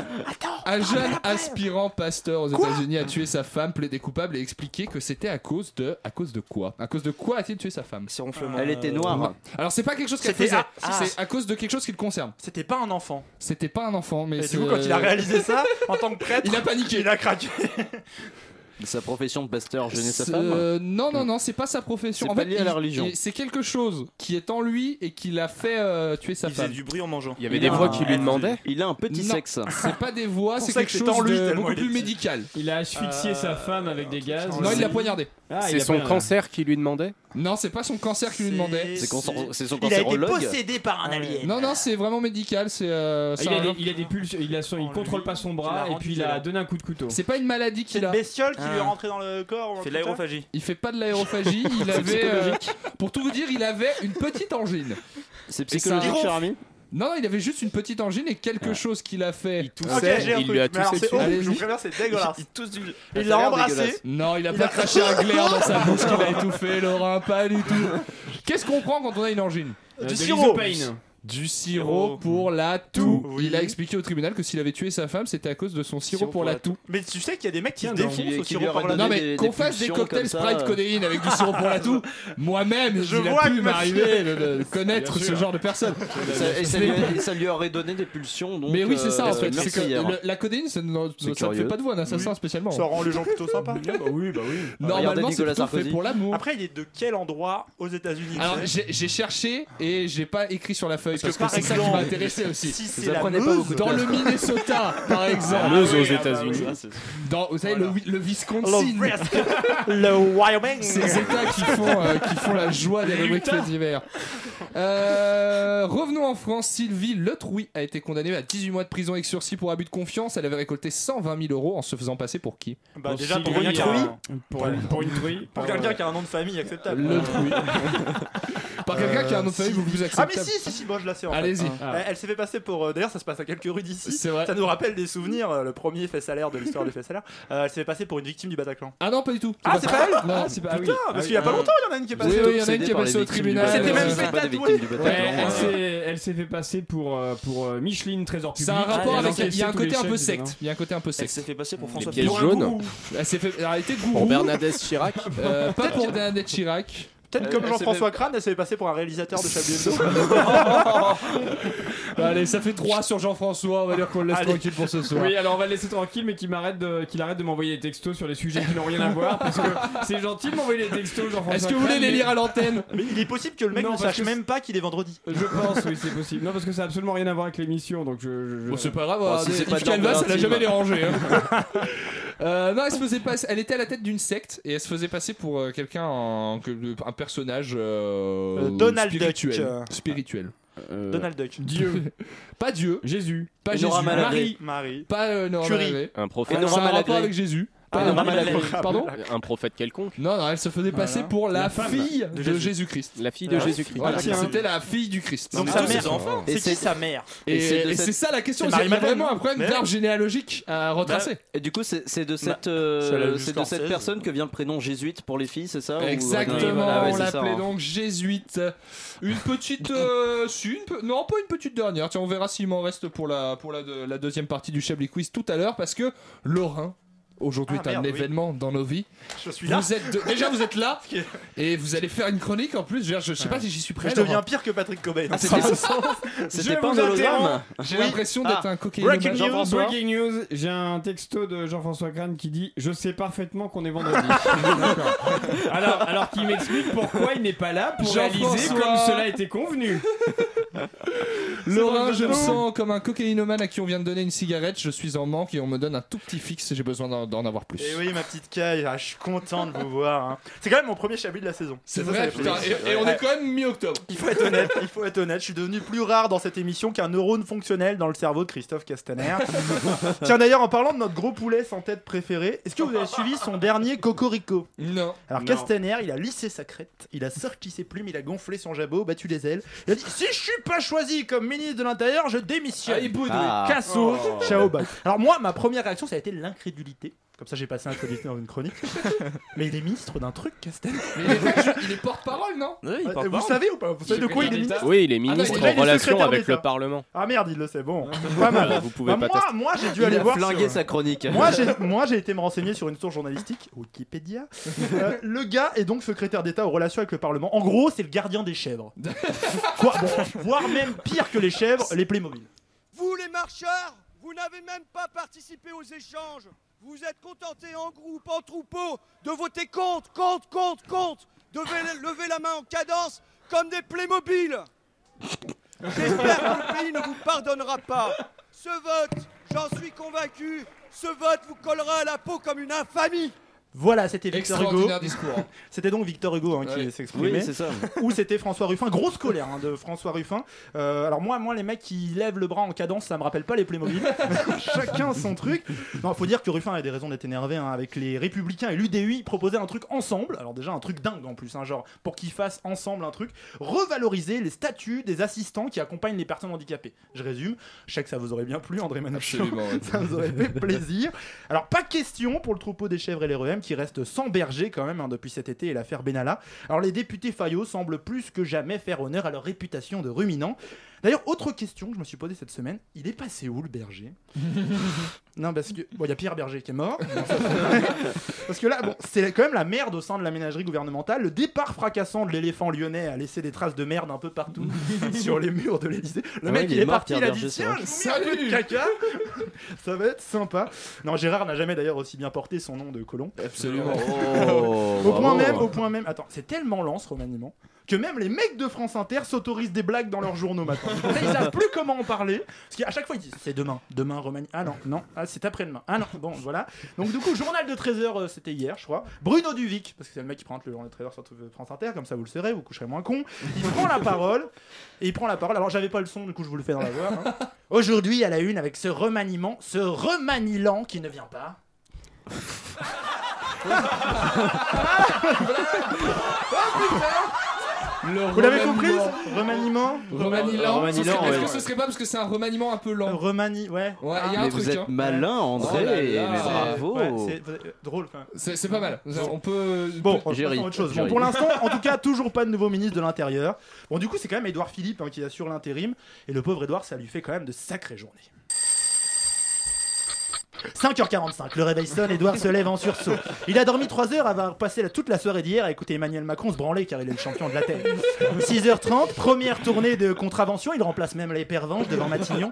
Speaker 1: Un jeune aspirant pasteur aux États-Unis a tué sa femme, plaidé coupable et expliqué que c'était à cause de à cause de quoi À cause de quoi a-t-il tué sa femme
Speaker 10: C'est ronflement.
Speaker 3: Elle était noire.
Speaker 1: Alors c'est pas quelque chose qu'elle
Speaker 11: C'était
Speaker 1: faisait,
Speaker 11: à- ah.
Speaker 1: c'est à cause de quelque chose qui le concerne.
Speaker 11: C'était pas un enfant.
Speaker 1: C'était pas un enfant, mais
Speaker 11: Et
Speaker 1: c'est- euh,
Speaker 11: du coup, quand il a réalisé ça, en tant que prêtre,
Speaker 1: <laughs> il a paniqué.
Speaker 11: il a craqué.
Speaker 3: de euh, sa profession de pasteur gêner sa
Speaker 1: C'est-
Speaker 3: femme. Hmm.
Speaker 1: euh, non, non, non, c'est pas sa profession.
Speaker 3: C'est
Speaker 1: En
Speaker 3: pas
Speaker 1: fait,
Speaker 3: lié à la
Speaker 1: il-
Speaker 3: religion.
Speaker 1: il- C'est quelque chose qui est en lui et qui l'a fait euh, tuer sa
Speaker 10: Il faisait
Speaker 1: femme.
Speaker 10: du bruit en mangeant.
Speaker 12: Il y avait des voix qui lui demandaient.
Speaker 3: Il a un petit
Speaker 1: Non.
Speaker 3: sexe.
Speaker 1: <laughs> C'est pas des voix,
Speaker 11: Pour
Speaker 1: c'est
Speaker 11: ça
Speaker 1: quelque
Speaker 11: que c'est en
Speaker 1: chose
Speaker 11: lui,
Speaker 1: de
Speaker 11: tellement
Speaker 1: beaucoup
Speaker 11: il est
Speaker 1: plus
Speaker 11: petit.
Speaker 1: médical.
Speaker 2: Il a asphyxié
Speaker 11: Euh,
Speaker 2: sa femme avec des gaz.
Speaker 1: Non, il l'a poignardé.
Speaker 2: Ah, il
Speaker 12: C'est
Speaker 2: a
Speaker 12: son
Speaker 2: pas-
Speaker 12: cancer qui lui demandait
Speaker 1: Non, c'est pas son cancer qui lui demandait.
Speaker 3: C'est cons- c'est son
Speaker 11: Il a été
Speaker 3: cancérologue.
Speaker 11: possédé par un alien.
Speaker 1: Non, non, c'est vraiment médical. C'est. euh,
Speaker 2: Ah,
Speaker 1: c'est
Speaker 2: il, a
Speaker 1: un-
Speaker 2: des, il a des pulsions, il, a son- il
Speaker 11: Oh,
Speaker 2: contrôle
Speaker 11: lui,
Speaker 2: pas son
Speaker 11: tu l'as
Speaker 2: bras et
Speaker 11: rendu
Speaker 2: puis il a
Speaker 11: violent.
Speaker 2: donné un coup de couteau.
Speaker 1: C'est pas une maladie
Speaker 11: C'est
Speaker 1: qu'il
Speaker 11: une
Speaker 1: a.
Speaker 11: bestiole qui lui est
Speaker 10: Ah.
Speaker 11: rentrée dans le corps.
Speaker 10: C'est de l'aérophagie.
Speaker 1: Il fait pas de l'aérophagie. il avait. euh, pour tout vous dire, il avait une petite angine.
Speaker 3: C'est
Speaker 1: Et ça-
Speaker 3: psychologique, cher ami.
Speaker 1: Non, non, il avait juste une petite angine et quelque chose qu'il a fait.
Speaker 11: Ok, j'ai un
Speaker 12: il
Speaker 11: truc.
Speaker 12: lui a
Speaker 11: Mais
Speaker 12: toussé
Speaker 11: alors, c'est
Speaker 12: dessus.
Speaker 11: horrible,
Speaker 1: Allez-y.
Speaker 11: je vous préviens, c'est dégueulasse.
Speaker 10: Ils tous du.
Speaker 11: Il
Speaker 3: Ça a
Speaker 11: l'a
Speaker 3: l'air
Speaker 11: embrassé.
Speaker 3: dégueulasse.
Speaker 1: Non, il a
Speaker 11: Il
Speaker 1: pas
Speaker 11: a-
Speaker 1: craché un glaire dans sa bouche qu'il a étouffé, Laurent, pas du tout. Qu'est-ce qu'on prend quand on a une angine
Speaker 2: Euh,
Speaker 11: Du
Speaker 2: de
Speaker 11: sirop.
Speaker 2: l'isopane.
Speaker 1: Du sirop pour la toux.
Speaker 11: Oui.
Speaker 1: Il a expliqué au tribunal que s'il avait tué sa femme, c'était à cause de son sirop, pour, la toux.
Speaker 11: Mais tu sais qu'il y a des mecs qui se
Speaker 2: Tiens,
Speaker 3: qui-
Speaker 11: défoncent au
Speaker 3: qui lui
Speaker 11: sirop
Speaker 3: aurait
Speaker 11: par la
Speaker 3: donné
Speaker 1: Non mais
Speaker 3: des-
Speaker 1: qu'on
Speaker 3: des
Speaker 1: fasse des
Speaker 3: pulsions
Speaker 1: cocktails
Speaker 3: comme ça,
Speaker 1: Sprite
Speaker 3: euh.
Speaker 1: Codéine avec du sirop pour la toux, moi-même,
Speaker 11: Je
Speaker 1: il
Speaker 11: vois
Speaker 1: a
Speaker 11: que
Speaker 1: pu <laughs>
Speaker 11: monsieur-
Speaker 1: m'arriver de, de connaître
Speaker 2: Bien
Speaker 1: ce
Speaker 2: sûr.
Speaker 1: genre de <laughs> personne.
Speaker 3: <laughs> Ça- Et ça lui, et ça lui aurait donné des pulsions. donc,
Speaker 1: mais oui, c'est
Speaker 3: euh,
Speaker 1: ça en fait.
Speaker 3: merci,
Speaker 1: C'est que
Speaker 3: hier.
Speaker 1: le- la codéine, ça, ne- ça ne fait
Speaker 3: curieux.
Speaker 1: pas de voix un assassin
Speaker 11: Oui.
Speaker 1: spécialement.
Speaker 11: Ça rend les gens plutôt
Speaker 1: <laughs>
Speaker 11: sympas.
Speaker 2: oui, bah oui.
Speaker 1: Normalement,
Speaker 3: Regardez
Speaker 1: c'est plutôt
Speaker 3: Nicolas
Speaker 1: fait
Speaker 3: Sarkozy.
Speaker 1: pour l'amour.
Speaker 11: Après, il est de quel endroit aux États-Unis
Speaker 1: Alors
Speaker 11: tu sais
Speaker 1: j'ai j'ai cherché et j'ai pas écrit sur la feuille parce,
Speaker 11: Parce que par
Speaker 1: que c'est ça qui m'a
Speaker 11: exemple,
Speaker 1: intéressé aussi.
Speaker 11: Si
Speaker 3: Vous
Speaker 11: c'est la
Speaker 3: apprenez pas
Speaker 11: Meuse,
Speaker 3: beaucoup de
Speaker 1: Dans le Minnesota, par exemple.
Speaker 12: Meuse
Speaker 11: oui,
Speaker 12: aux
Speaker 11: ah bah
Speaker 12: États-Unis.
Speaker 1: Dans, vous savez, Ah le, le Wisconsin.
Speaker 11: l'Overest,
Speaker 1: <laughs>
Speaker 11: le Wyoming,
Speaker 1: Ces états qui font, euh, qui font la joie des rubriques faits divers. Euh, revenons en France. Sylvie Letrouy a été condamnée à 18 mois de prison avec sursis pour abus de confiance. Elle avait récolté 120 000 euros en se faisant passer pour qui
Speaker 11: bah,
Speaker 2: Pour
Speaker 11: déjà pour
Speaker 2: Sylvie,
Speaker 11: quelqu'un qui a
Speaker 2: euh,
Speaker 11: un-
Speaker 2: Pour, pour euh, une truie.
Speaker 11: pour quelqu'un qui a un nom de famille acceptable.
Speaker 1: Letrouy.
Speaker 11: <laughs>
Speaker 1: Par quelqu'un qui a un autre famille, vous vous
Speaker 11: Ah mais
Speaker 1: acceptez.
Speaker 11: si si si, bon je la sais en fait.
Speaker 1: Allez-y.
Speaker 2: Ah.
Speaker 11: Elle, elle s'est fait passer pour. euh, D'ailleurs, ça se passe à quelques rues d'ici.
Speaker 1: C'est vrai.
Speaker 11: Ça nous rappelle des souvenirs. euh, le premier fait salaire de l'histoire du fait salaire. Euh, elle s'est fait passer pour une victime du Bataclan.
Speaker 1: Ah non, pas du tout.
Speaker 11: Ah, c'est pas elle
Speaker 1: Non.
Speaker 2: Ah, c'est pas- ah oui.
Speaker 11: Putain,
Speaker 2: Ah
Speaker 11: parce
Speaker 2: oui,
Speaker 11: qu'il y a pas
Speaker 2: ah.
Speaker 11: longtemps, il y en a une qui est
Speaker 1: Oui,
Speaker 11: passée.
Speaker 1: oui, il y en a
Speaker 3: Obsédé
Speaker 1: une qui est
Speaker 3: par les
Speaker 1: passée au
Speaker 3: victimes du
Speaker 1: tribunal.
Speaker 3: Bataclan.
Speaker 11: C'était même
Speaker 1: euh,
Speaker 11: fait
Speaker 3: C'est pas des
Speaker 11: tatouer.
Speaker 3: victimes du
Speaker 2: Ouais,
Speaker 3: Bataclan.
Speaker 2: elle
Speaker 3: euh,
Speaker 2: s'est- elle s'est fait passer pour, euh, pour euh, Micheline, trésor public.
Speaker 1: C'est un rapport
Speaker 10: Ah,
Speaker 1: avec.
Speaker 10: elle a
Speaker 1: Il y a un
Speaker 2: encaissé tous
Speaker 1: côté
Speaker 2: les
Speaker 1: un peu
Speaker 2: chèques,
Speaker 1: secte. Il y a un côté un peu
Speaker 10: Elle
Speaker 1: secte.
Speaker 10: s'est fait passer pour
Speaker 12: Les
Speaker 10: François
Speaker 12: pièces
Speaker 10: Fillon.
Speaker 12: jaunes.
Speaker 1: Elle s'est fait. Elle a été gourou.
Speaker 12: Pour Bernadette Chirac.
Speaker 1: Euh, pas pour Bernadette Chirac.
Speaker 11: Peut-être comme Jean-François Crane, elle s'est fait passer pour un réalisateur de Chablis Hebdo.
Speaker 1: Allez, ça fait 3 sur Jean-François, on va dire qu'on le laisse tranquille pour ce soir.
Speaker 4: Oui, alors on va le laisser tranquille, mais qu'il m'arrête de, qu'il arrête de m'envoyer des textos sur les sujets qui n'ont rien à voir, parce
Speaker 1: <laughs>
Speaker 4: que c'est gentil de m'envoyer des textos, Jean-François.
Speaker 1: Est-ce que vous voulez
Speaker 4: Crane,
Speaker 1: les
Speaker 4: mais-
Speaker 1: lire à l'antenne
Speaker 11: Mais il est possible que le mec
Speaker 4: Non,
Speaker 11: ne
Speaker 4: parce
Speaker 11: sache
Speaker 4: que
Speaker 11: même pas qu'il est vendredi.
Speaker 4: Je pense, oui, c'est possible. Non, parce que ça a absolument rien à voir avec l'émission, donc je. je, je...
Speaker 1: Bon, c'est pas grave, hein, Yves Calva, ça l'a jamais dérangé.
Speaker 4: <laughs>
Speaker 11: <laughs>
Speaker 1: hein. Euh, non, elle se faisait pas. Elle était à la tête d'une secte et elle se faisait passer pour euh, quelqu'un, en- que- un personnage euh,
Speaker 11: Euh, Donald Duck,
Speaker 1: spirituel.
Speaker 11: euh.
Speaker 1: Spirituel.
Speaker 11: Donald Duck.
Speaker 1: Dieu. pas Dieu.
Speaker 4: Jésus.
Speaker 1: Pas
Speaker 11: Nora
Speaker 1: Jésus.
Speaker 11: Malagré.
Speaker 1: Marie.
Speaker 11: Marie.
Speaker 1: Pas euh, Nora
Speaker 11: Curie.
Speaker 1: Malagré.
Speaker 11: Un prophète.
Speaker 1: Ah,
Speaker 11: Nora
Speaker 1: ça a un
Speaker 11: Malagré.
Speaker 1: rapport avec Jésus.
Speaker 11: Ah,
Speaker 1: Pas
Speaker 11: Nora
Speaker 1: Nora
Speaker 11: Malagré.
Speaker 1: Malagré.
Speaker 2: Ah,
Speaker 1: Pardon
Speaker 12: Un prophète quelconque.
Speaker 1: Non, non, elle se faisait passer
Speaker 12: Voilà.
Speaker 1: pour la,
Speaker 12: La femme
Speaker 1: fille
Speaker 12: de
Speaker 1: de
Speaker 12: Jésus.
Speaker 1: Jésus-Christ.
Speaker 12: La fille de
Speaker 1: Voilà.
Speaker 12: Jésus-Christ.
Speaker 1: Voilà,
Speaker 12: Ah,
Speaker 2: hein.
Speaker 12: tiens.
Speaker 1: C'était la fille du Christ.
Speaker 11: Donc
Speaker 1: Ah,
Speaker 11: sa
Speaker 1: tous
Speaker 11: mère.
Speaker 1: ses enfants.
Speaker 11: C'est qui sa mère
Speaker 1: Et,
Speaker 11: Et c'est de
Speaker 1: et
Speaker 11: cette-
Speaker 1: c'est ça la question,
Speaker 11: C'est
Speaker 1: c'est qu'il y a
Speaker 11: Marie-Madeleine,
Speaker 1: vraiment un
Speaker 11: non
Speaker 1: problème
Speaker 11: Mais Bah,
Speaker 1: d'arbre
Speaker 11: oui.
Speaker 1: généalogique à retracer.
Speaker 3: Et du coup, c'est c'est de
Speaker 1: Bah,
Speaker 3: cette, euh,
Speaker 1: ça l'a
Speaker 3: c'est de
Speaker 1: jusqu'en
Speaker 3: cette
Speaker 1: 16.
Speaker 3: personne
Speaker 11: euh.
Speaker 3: que vient le prénom jésuite pour les filles, c'est ça Hein, ou-
Speaker 1: Exactement,
Speaker 3: Oui, voilà, ouais,
Speaker 1: on
Speaker 3: c'est ça,
Speaker 1: l'appelait
Speaker 3: hein.
Speaker 1: donc jésuite. Une petite.
Speaker 3: <laughs>
Speaker 1: euh, si, une pe- Non, pas une petite dernière. Tiens, on verra s'il m'en reste pour, la, pour la, de- la deuxième partie du Chablis Quiz tout à l'heure parce que Lorrain. Aujourd'hui
Speaker 11: Ah,
Speaker 1: est un
Speaker 11: merde, oui.
Speaker 1: événement dans nos vies.
Speaker 11: Je suis là.
Speaker 1: Vous êtes de- Déjà, vous êtes
Speaker 11: <laughs>
Speaker 1: là et vous allez faire une chronique en plus. Je, veux dire, je sais pas si j'y suis prêt.
Speaker 11: Ah. Je deviens
Speaker 1: Laurent.
Speaker 11: pire que Patrick Cobain.
Speaker 1: Ah,
Speaker 11: <laughs>
Speaker 1: c'était- c'était pas un hologramme J'ai l'impression d'être un cocaïnomane.
Speaker 4: Ah. Breaking news,
Speaker 1: Jean-François.
Speaker 4: breaking news. J'ai un texto de Jean-François Crane qui dit Je sais parfaitement qu'on est <laughs> vendredi. alors, alors qu'il m'explique pourquoi il n'est pas là pour réaliser
Speaker 1: Jean-François.
Speaker 4: comme cela était convenu.
Speaker 1: Laurent,
Speaker 4: bon,
Speaker 1: je me
Speaker 4: j'adore.
Speaker 1: sens comme un cocaïnomane à qui on vient de donner une cigarette. Je suis en manque et on me donne un tout petit fixe et j'ai besoin d'en- d'en avoir plus.
Speaker 11: Et Eh oui, ma petite Kai, ah, je suis content de vous voir. hein. C'est quand même mon premier chablis de la saison.
Speaker 1: C'est
Speaker 11: Ça,
Speaker 1: vrai,
Speaker 11: ça fait
Speaker 1: putain.
Speaker 11: plaisir.
Speaker 1: Et, et on
Speaker 11: Ouais.
Speaker 1: est quand même mi-octobre.
Speaker 11: Il faut être honnête, il faut être honnête, je suis devenu plus rare dans cette émission qu'un neurone fonctionnel dans le cerveau de Christophe Castaner. Tiens d'ailleurs en parlant de notre gros poulet sans tête préféré, est-ce que vous avez suivi son dernier cocorico
Speaker 1: Non.
Speaker 11: Alors
Speaker 1: Non.
Speaker 11: Castaner, il a lissé sa crête, il a sorti ses plumes, il a gonflé son jabot, battu les ailes. Il a dit si je suis pas choisi comme ministre de l'Intérieur, je démissionne.
Speaker 1: Ah, il boude, oui.
Speaker 11: Ah. Casso,
Speaker 1: Oh.
Speaker 11: ciao bye. Alors moi ma première réaction ça a été l'incrédulité. Comme ça j'ai passé l'incrédulité dans une
Speaker 1: <laughs>
Speaker 11: chronique. Mais il est ministre d'un truc Castaner.
Speaker 1: Mais il est, il est porte-parole, non
Speaker 11: Euh, vous savez ou pas Vous savez de quoi il est ministre
Speaker 12: Oui, il est
Speaker 1: bah,
Speaker 11: Ah, non,
Speaker 12: ministre
Speaker 11: déjà, il
Speaker 12: en
Speaker 11: est
Speaker 12: relation
Speaker 11: secrétaire
Speaker 12: avec
Speaker 11: d'État.
Speaker 12: le Parlement.
Speaker 11: Ah merde, il le sait, bon. pas mal. Bah,
Speaker 12: Vous pouvez pas
Speaker 11: moi,
Speaker 12: tester.
Speaker 11: moi, j'ai dû
Speaker 12: Il
Speaker 11: aller
Speaker 12: a
Speaker 11: voir.
Speaker 12: flingué
Speaker 11: sur-
Speaker 12: sa chronique.
Speaker 11: Moi, j'ai, moi, j'ai été me renseigner sur une source journalistique,
Speaker 1: <laughs>
Speaker 11: Wikipédia. Euh, le gars est donc secrétaire d'État aux relations avec le Parlement. En gros, c'est le gardien
Speaker 1: <laughs>
Speaker 11: des chèvres. Quoi, bon, voire même pire que les chèvres, les Playmobil.
Speaker 14: Vous les marcheurs, vous n'avez même pas participé aux échanges. Vous vous êtes contentés en groupe, en troupeau, de voter contre, contre, contre, contre. De ve- lever la main en cadence comme des Playmobil. J'espère que le pays ne vous pardonnera pas. Ce vote, j'en suis convaincu, ce vote vous collera à la peau comme une infamie.
Speaker 11: Voilà, c'était Victor Hugo.
Speaker 1: Extraordinaire discours.
Speaker 11: <laughs> c'était donc Victor Hugo hein, qui
Speaker 1: Ouais.
Speaker 11: s'exprimait.
Speaker 1: Oui, c'est ça.
Speaker 11: Ou c'était François Ruffin. Grosse colère hein, de François Ruffin. Euh, alors moi, moi, les mecs qui lèvent le bras en cadence, ça me rappelle pas les Playmobil. <laughs> Chacun son truc. Non, faut dire que Ruffin a des raisons d'être énervé. hein. avec les Républicains et l'UDI, ils proposaient un truc ensemble. Alors déjà un truc dingue en plus, hein, genre pour qu'ils fassent ensemble un truc. Revaloriser les statuts des assistants qui accompagnent les personnes handicapées. Je résume. Je sais que ça vous aurait bien plu, André Manouchian.
Speaker 1: Absolument, ouais.
Speaker 11: <laughs> ça vous aurait fait plaisir. Alors, pas question pour le troupeau des chèvres et les REM qui reste sans berger quand même hein, depuis cet été et l'affaire Benalla. Alors, les députés Fayot semblent plus que jamais faire honneur à leur réputation de ruminants. D'ailleurs, autre question que je me suis posée cette semaine, il est passé où le
Speaker 3: <laughs>
Speaker 11: berger Non, parce que. Bon, il y a Pierre Berger qui est mort. Non, ça, c'est- <laughs> parce que là, bon, c'est quand même la merde au sein de la ménagerie gouvernementale. Le départ fracassant de l'éléphant lyonnais a laissé des traces de merde un
Speaker 3: <laughs>
Speaker 11: peu partout sur les murs de l'Elysée. Le
Speaker 3: Ah
Speaker 11: mec,
Speaker 3: ouais,
Speaker 11: il,
Speaker 3: il
Speaker 11: est,
Speaker 3: est mort,
Speaker 11: parti, il
Speaker 3: Pierre
Speaker 11: a dit
Speaker 3: Berger, c'est
Speaker 11: Tiens,
Speaker 3: vrai.
Speaker 11: je vous mets un peu de caca Ça va être sympa. Non, Gérard n'a jamais d'ailleurs aussi bien porté son nom de colon.
Speaker 1: Absolument.
Speaker 11: <laughs> au
Speaker 1: Oh, bravo.
Speaker 11: point même, au point même. Attends, c'est tellement lent ce remaniement que même les mecs de France Inter s'autorisent des blagues dans leurs journaux maintenant. Là, ils savent plus comment en parler. Parce qu'à chaque fois, ils disent c'est demain, demain remanie. Ah non, non, ah, c'est après-demain. Ah non, bon, voilà. Donc, du coup, journal de 13h, euh, c'était hier, je crois. Bruno Duvic, parce que c'est le mec qui prend le journal de 13h sur euh, France Inter, comme ça vous le serez, vous coucherez moins con. Il prend la parole. Et il prend la parole. Alors, j'avais pas le son, du coup, je vous le fais dans la voix. hein. Aujourd'hui, à la une, avec ce remaniement, ce remaniement qui ne vient pas.
Speaker 5: <laughs>
Speaker 11: Ah, Vous l'avez compris ce Remaniement
Speaker 1: Remaniement.
Speaker 11: Remaniement,
Speaker 1: Ce serait- Est-ce
Speaker 11: ouais.
Speaker 1: que ce serait pas parce que c'est un remaniement un peu lent
Speaker 11: Remanie, ouais.
Speaker 1: Ouais, il y a un
Speaker 3: Mais
Speaker 1: truc.
Speaker 3: vous êtes
Speaker 1: hein.
Speaker 3: malin, André,
Speaker 1: Oh là là.
Speaker 3: mais bravo.
Speaker 11: Ouais, c'est euh, drôle quand même.
Speaker 1: C'est c'est pas mal. On peut.
Speaker 11: Bon,
Speaker 1: peut-
Speaker 11: on passe à autre chose. Bon, pour l'instant, en tout cas, toujours pas de nouveau ministre de l'Intérieur. Bon, du coup, c'est quand même Édouard Philippe hein, qui assure l'intérim. Et le pauvre Édouard, ça lui fait quand même de sacrées journées. 5h45, le réveil sonne, Edouard se lève en sursaut. Il a dormi 3 heures, avoir passé la- toute la soirée d'hier à écouter Emmanuel Macron se branler car il est le champion de la Terre. 6h30, première tournée de contravention, il remplace même les pervenches devant Matignon.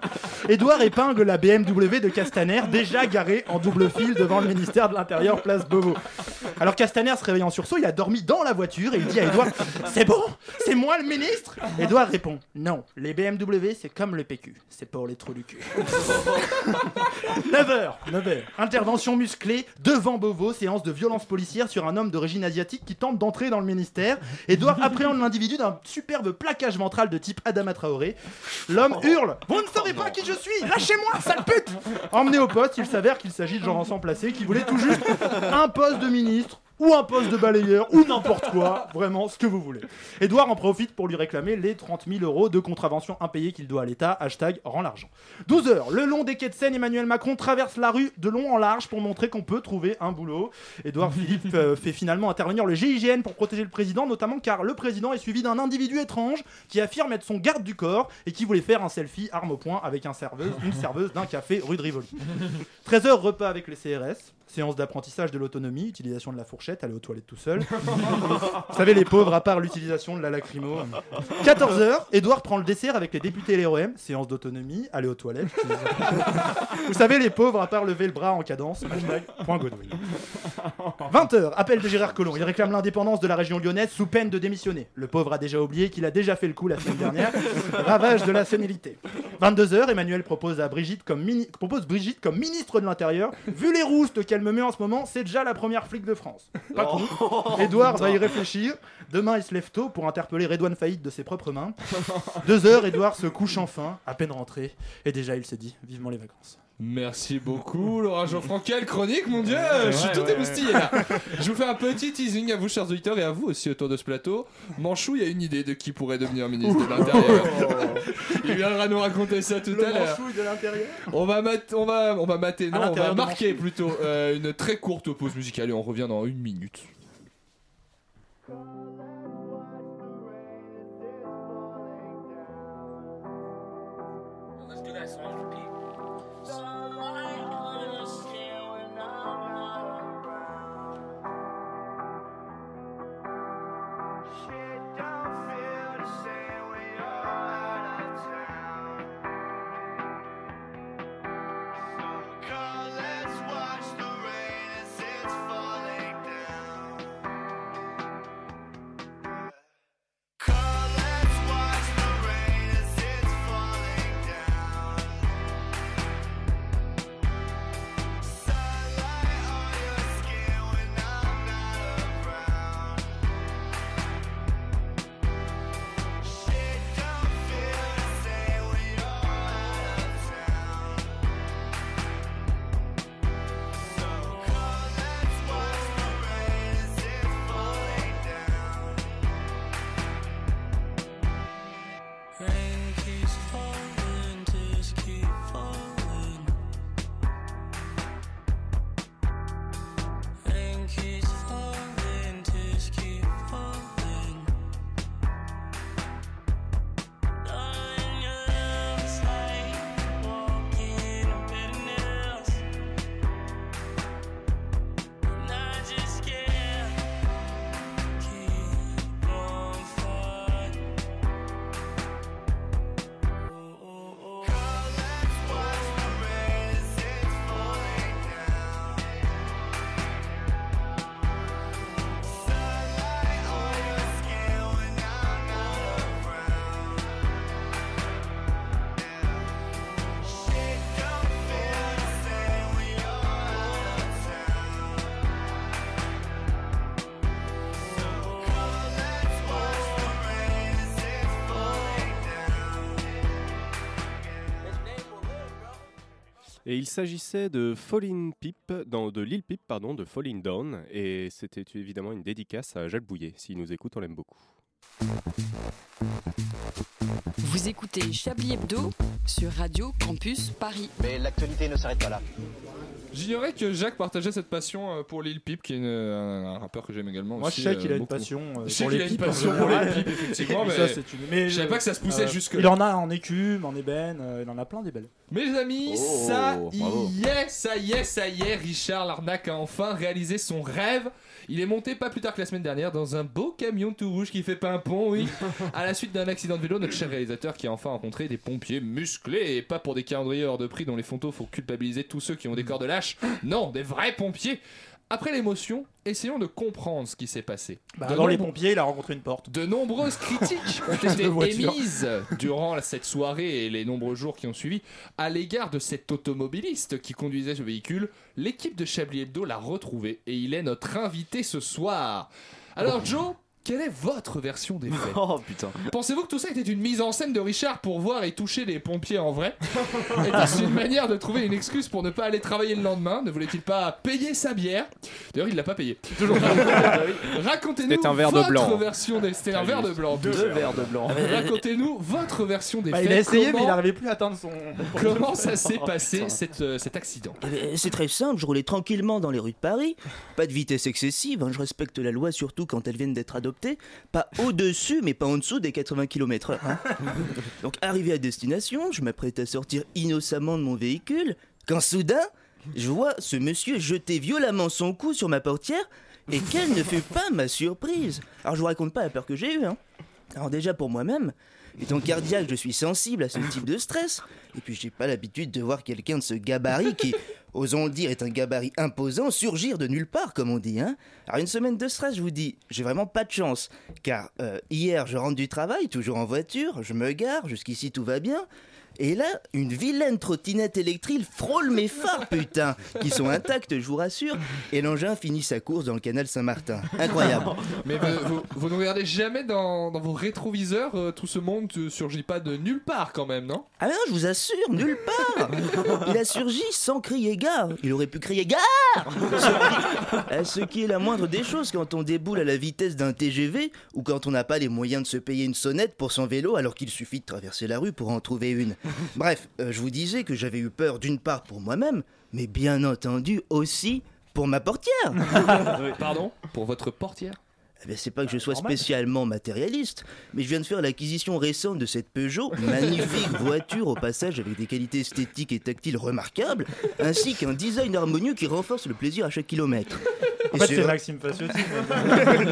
Speaker 11: Edouard épingle la BMW de Castaner, déjà garée en double fil devant le ministère de l'Intérieur, place Beauvau. Alors Castaner se réveille en sursaut, il a dormi dans la voiture et il dit à Edouard C'est bon C'est moi le ministre <laughs> Edouard répond Non, les BMW c'est comme le PQ, c'est pour les trous du cul. 9h, 9h. Intervention musclée devant Beauvau, séance de violence policière sur un homme d'origine asiatique qui tente d'entrer dans le ministère. Edouard appréhende l'individu d'un superbe plaquage ventral de type Adama Traoré. L'homme hurle Vous ne savez pas qui je suis Lâchez-moi, sale pute Emmené au poste, il s'avère qu'il s'agit de Jean-Vincent Placé qui voulait tout juste un poste de ministre ou un poste de balayeur, ou n'importe quoi, vraiment ce que vous voulez. Edouard en profite pour lui réclamer les 30 000 euros de contravention impayée qu'il doit à l'État, hashtag rend l'argent. 12 heures, le long des quais de Seine, Emmanuel Macron traverse la rue de long en large pour montrer qu'on peut trouver un boulot. Edouard Philippe euh, fait finalement intervenir le GIGN pour protéger le président, notamment car le président est suivi d'un individu étrange qui affirme être son garde du corps et qui voulait faire un selfie arme au poing avec un serveuse, une serveuse d'un café rue de Rivoli. 13h, repas avec les CRS, séance d'apprentissage de l'autonomie, utilisation de la fourchette, aller aux toilettes tout seul. Vous savez, les pauvres, à part l'utilisation de la lacrymo. 14h, Edouard prend le dessert avec les députés et les ROM, séance d'autonomie, aller aux toilettes. Vous savez, les pauvres, à part lever le bras en cadence, hashtag point Godwin. 20h, appel de Gérard Collomb. Il réclame l'indépendance de la région lyonnaise sous peine de démissionner. Le pauvre a déjà oublié qu'il a déjà fait le coup la semaine dernière. Ravage de la sénilité. 22h, Emmanuel propose, à Brigitte comme mini- propose Brigitte comme ministre de l'Intérieur. Vu les roustes qu'elle me met en ce moment, c'est déjà la première flic de France. Pas con. Edouard va y réfléchir. Demain, il se lève tôt pour interpeller Redouane Faillite de ses propres mains. 2h, Edouard se couche enfin, à peine rentré. Et déjà, il se dit vivement les vacances.
Speaker 1: Merci beaucoup, Laura Geoffran. Quelle chronique, mon dieu
Speaker 11: Ouais,
Speaker 1: Je suis
Speaker 11: ouais,
Speaker 1: tout
Speaker 11: ouais,
Speaker 1: émoustillé
Speaker 11: ouais.
Speaker 1: là. Je vous fais un petit teasing à vous, chers auditeurs, et à vous aussi autour de ce plateau. Manchou, il y a une idée de qui pourrait devenir ministre de l'Intérieur. Il viendra nous raconter ça tout à l'heure.
Speaker 11: Oh. de l'intérieur
Speaker 1: On va, mat- on, va, on va mater, non, on
Speaker 11: l'intérieur
Speaker 1: va
Speaker 11: de
Speaker 1: marquer plutôt euh, une très courte pause musicale et on revient dans une minute.
Speaker 15: Rain keeps falling, just keep falling. Rain keeps falling, just keep falling. Darling, your love is like walking on bed of nails. And I just can't keep on falling.
Speaker 12: Et il s'agissait de Falling Peep, dans, de Lil Peep, pardon, de Falling Down. Et c'était évidemment une dédicace à Jacques Bouillet. S'il nous écoute, on l'aime beaucoup.
Speaker 8: Vous écoutez Chablis Hebdo sur Radio Campus Paris.
Speaker 16: Mais l'actualité ne s'arrête pas là.
Speaker 1: J'ignorais que Jacques partageait cette passion euh, pour Lil Peep, qui est une- un un rappeur que j'aime également.
Speaker 11: Moi,
Speaker 1: aussi,
Speaker 11: je sais
Speaker 1: euh,
Speaker 11: qu'il a une
Speaker 1: beaucoup.
Speaker 11: passion, euh,
Speaker 1: Je sais
Speaker 11: pour
Speaker 1: qu'il
Speaker 11: les
Speaker 1: a une
Speaker 11: pipes,
Speaker 1: passion
Speaker 11: euh,
Speaker 1: pour
Speaker 11: ouais.
Speaker 1: les pipes, effectivement.
Speaker 11: Et
Speaker 1: mais
Speaker 11: ça, c'est une- mais
Speaker 1: je savais pas que ça se poussait
Speaker 11: euh,
Speaker 1: jusque.
Speaker 11: Il en a en écume, en ébène, euh, il en a plein des belles.
Speaker 1: Mes amis,
Speaker 11: Oh,
Speaker 1: ça
Speaker 11: bravo.
Speaker 1: y est, ça y est, ça y est, Richard Larnac a enfin réalisé son rêve. Il est monté pas plus tard que la semaine dernière dans un beau camion tout rouge qui fait pimpon,
Speaker 11: <laughs>
Speaker 1: oui. à la suite d'un accident de vélo, notre cher réalisateur qui a enfin rencontré des pompiers musclés et pas pour des calendriers hors de prix dont les fantômes faut culpabiliser tous ceux qui ont des corps de lâche. Non, des vrais pompiers. Après l'émotion, essayons de comprendre ce qui s'est passé.
Speaker 11: Bah,
Speaker 1: De
Speaker 11: dans les
Speaker 1: nombreux-
Speaker 11: pompiers, il a rencontré une porte.
Speaker 1: De
Speaker 11: <laughs>
Speaker 1: nombreuses critiques ont
Speaker 11: Putain de
Speaker 1: été
Speaker 11: voiture.
Speaker 1: émises euh, durant cette soirée et les nombreux jours qui ont suivi à l'égard de cet automobiliste qui conduisait ce véhicule. L'équipe de Chablis Hebdo l'a retrouvé et il est notre invité ce soir.
Speaker 12: Oh.
Speaker 1: Alors Joe, quelle est votre version des faits
Speaker 3: Oh putain.
Speaker 1: Pensez-vous que tout ça était une mise en scène de Richard pour voir et toucher les pompiers
Speaker 12: <laughs>
Speaker 1: en vrai Était-ce une manière de trouver une excuse pour ne pas aller travailler le lendemain Ne voulait-il pas payer sa bière D'ailleurs, il l'a pas payé. Toujours. <laughs> Racontez-nous
Speaker 12: C'était un verre de
Speaker 1: votre
Speaker 12: blanc.
Speaker 1: version des... C'était un
Speaker 12: Ah,
Speaker 1: verre de
Speaker 12: juste.
Speaker 1: blanc.
Speaker 12: Deux
Speaker 1: Deux
Speaker 12: verres de blanc.
Speaker 1: Racontez-nous votre version des
Speaker 11: Bah,
Speaker 1: faits.
Speaker 11: il a essayé, mais il
Speaker 1: Comment-
Speaker 11: n'arrivait plus
Speaker 1: <laughs>
Speaker 11: à atteindre son.
Speaker 1: Comment ça s'est passé cette, euh, cet accident
Speaker 10: Euh, C'est très simple, je roulais tranquillement dans les rues de Paris. Pas de vitesse excessive, hein, je respecte la loi surtout quand elles viennent d'être adoptées. Pas au-dessus, mais pas en dessous des 80 km/h. hein. Donc, arrivé à destination, je m'apprête à sortir innocemment de mon véhicule, quand soudain, je vois ce monsieur jeter violemment son cou sur ma portière, et quelle ne fut pas ma surprise Alors, je vous raconte pas la peur que j'ai eue, hein. Alors déjà pour moi-même, étant cardiaque, je suis sensible à ce type de stress. Et puis j'ai pas l'habitude de voir quelqu'un de ce gabarit qui, osons le dire, est un gabarit imposant, surgir de nulle part, comme on dit. Hein Alors une semaine de stress, je vous dis, j'ai vraiment pas de chance. Car euh, hier, je rentre du travail, toujours en voiture, je me gare, jusqu'ici tout va bien. Et là, une vilaine trottinette électrique frôle mes phares, putain, qui sont intacts, je vous rassure. Et l'engin finit sa course dans le canal Saint-Martin. Incroyable.
Speaker 1: Mais vous, vous- vous ne regardez jamais dans, dans vos rétroviseurs, euh, tout ce monde ne surgit pas de nulle part quand même, non
Speaker 10: Ah non, je vous assure, nulle
Speaker 11: Ah.
Speaker 10: part <laughs> Il a surgi sans crier gare. Il aurait pu crier gare Euh, Ce qui est la moindre des choses quand on déboule à la vitesse d'un TGV ou quand on n'a pas les moyens de se payer une sonnette pour son vélo alors qu'il suffit de traverser la rue pour en trouver une. Bref, euh, je vous disais que j'avais eu peur d'une part pour moi-même, mais bien entendu aussi pour ma portière
Speaker 1: Pardon Pour votre portière
Speaker 10: eh ben, c'est pas que
Speaker 11: Bah,
Speaker 10: je sois spécialement matérialiste, mais je viens de faire l'acquisition récente de cette Peugeot,
Speaker 11: <laughs>
Speaker 10: magnifique voiture au passage avec des qualités esthétiques et tactiles remarquables, ainsi qu'un design harmonieux qui renforce le plaisir à chaque kilomètre.
Speaker 11: En
Speaker 10: Et c'est
Speaker 11: fait, c'est
Speaker 10: vrai-
Speaker 11: Maxime Faciotti.
Speaker 10: <laughs>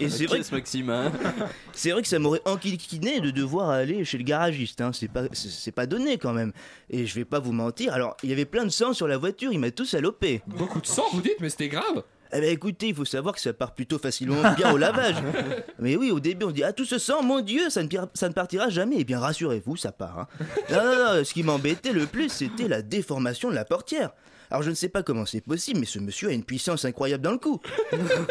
Speaker 10: et c'est vrai, que-
Speaker 3: hein. <laughs>
Speaker 10: <laughs> c'est vrai que ça m'aurait enquiquiné de devoir aller chez le garagiste. hein. C'est pas, c'est- c'est pas donné quand même. Et je vais pas vous mentir. Alors, il y avait plein de sang sur la voiture. Il m'a tout salopé.
Speaker 1: Beaucoup de sang, vous dites, mais c'était grave.
Speaker 10: Eh ben écoutez, il faut savoir que ça part plutôt facilement <laughs> bien au lavage. Mais oui, au début, on dit Ah, tout ce sang, mon Dieu, ça ne, pira- ça ne partira jamais. Eh bien, rassurez-vous, ça part. hein. Non, non, non, ce qui m'embêtait le plus, c'était la déformation de la portière. Alors, je ne sais pas comment c'est possible, mais ce monsieur a une puissance incroyable dans le cou.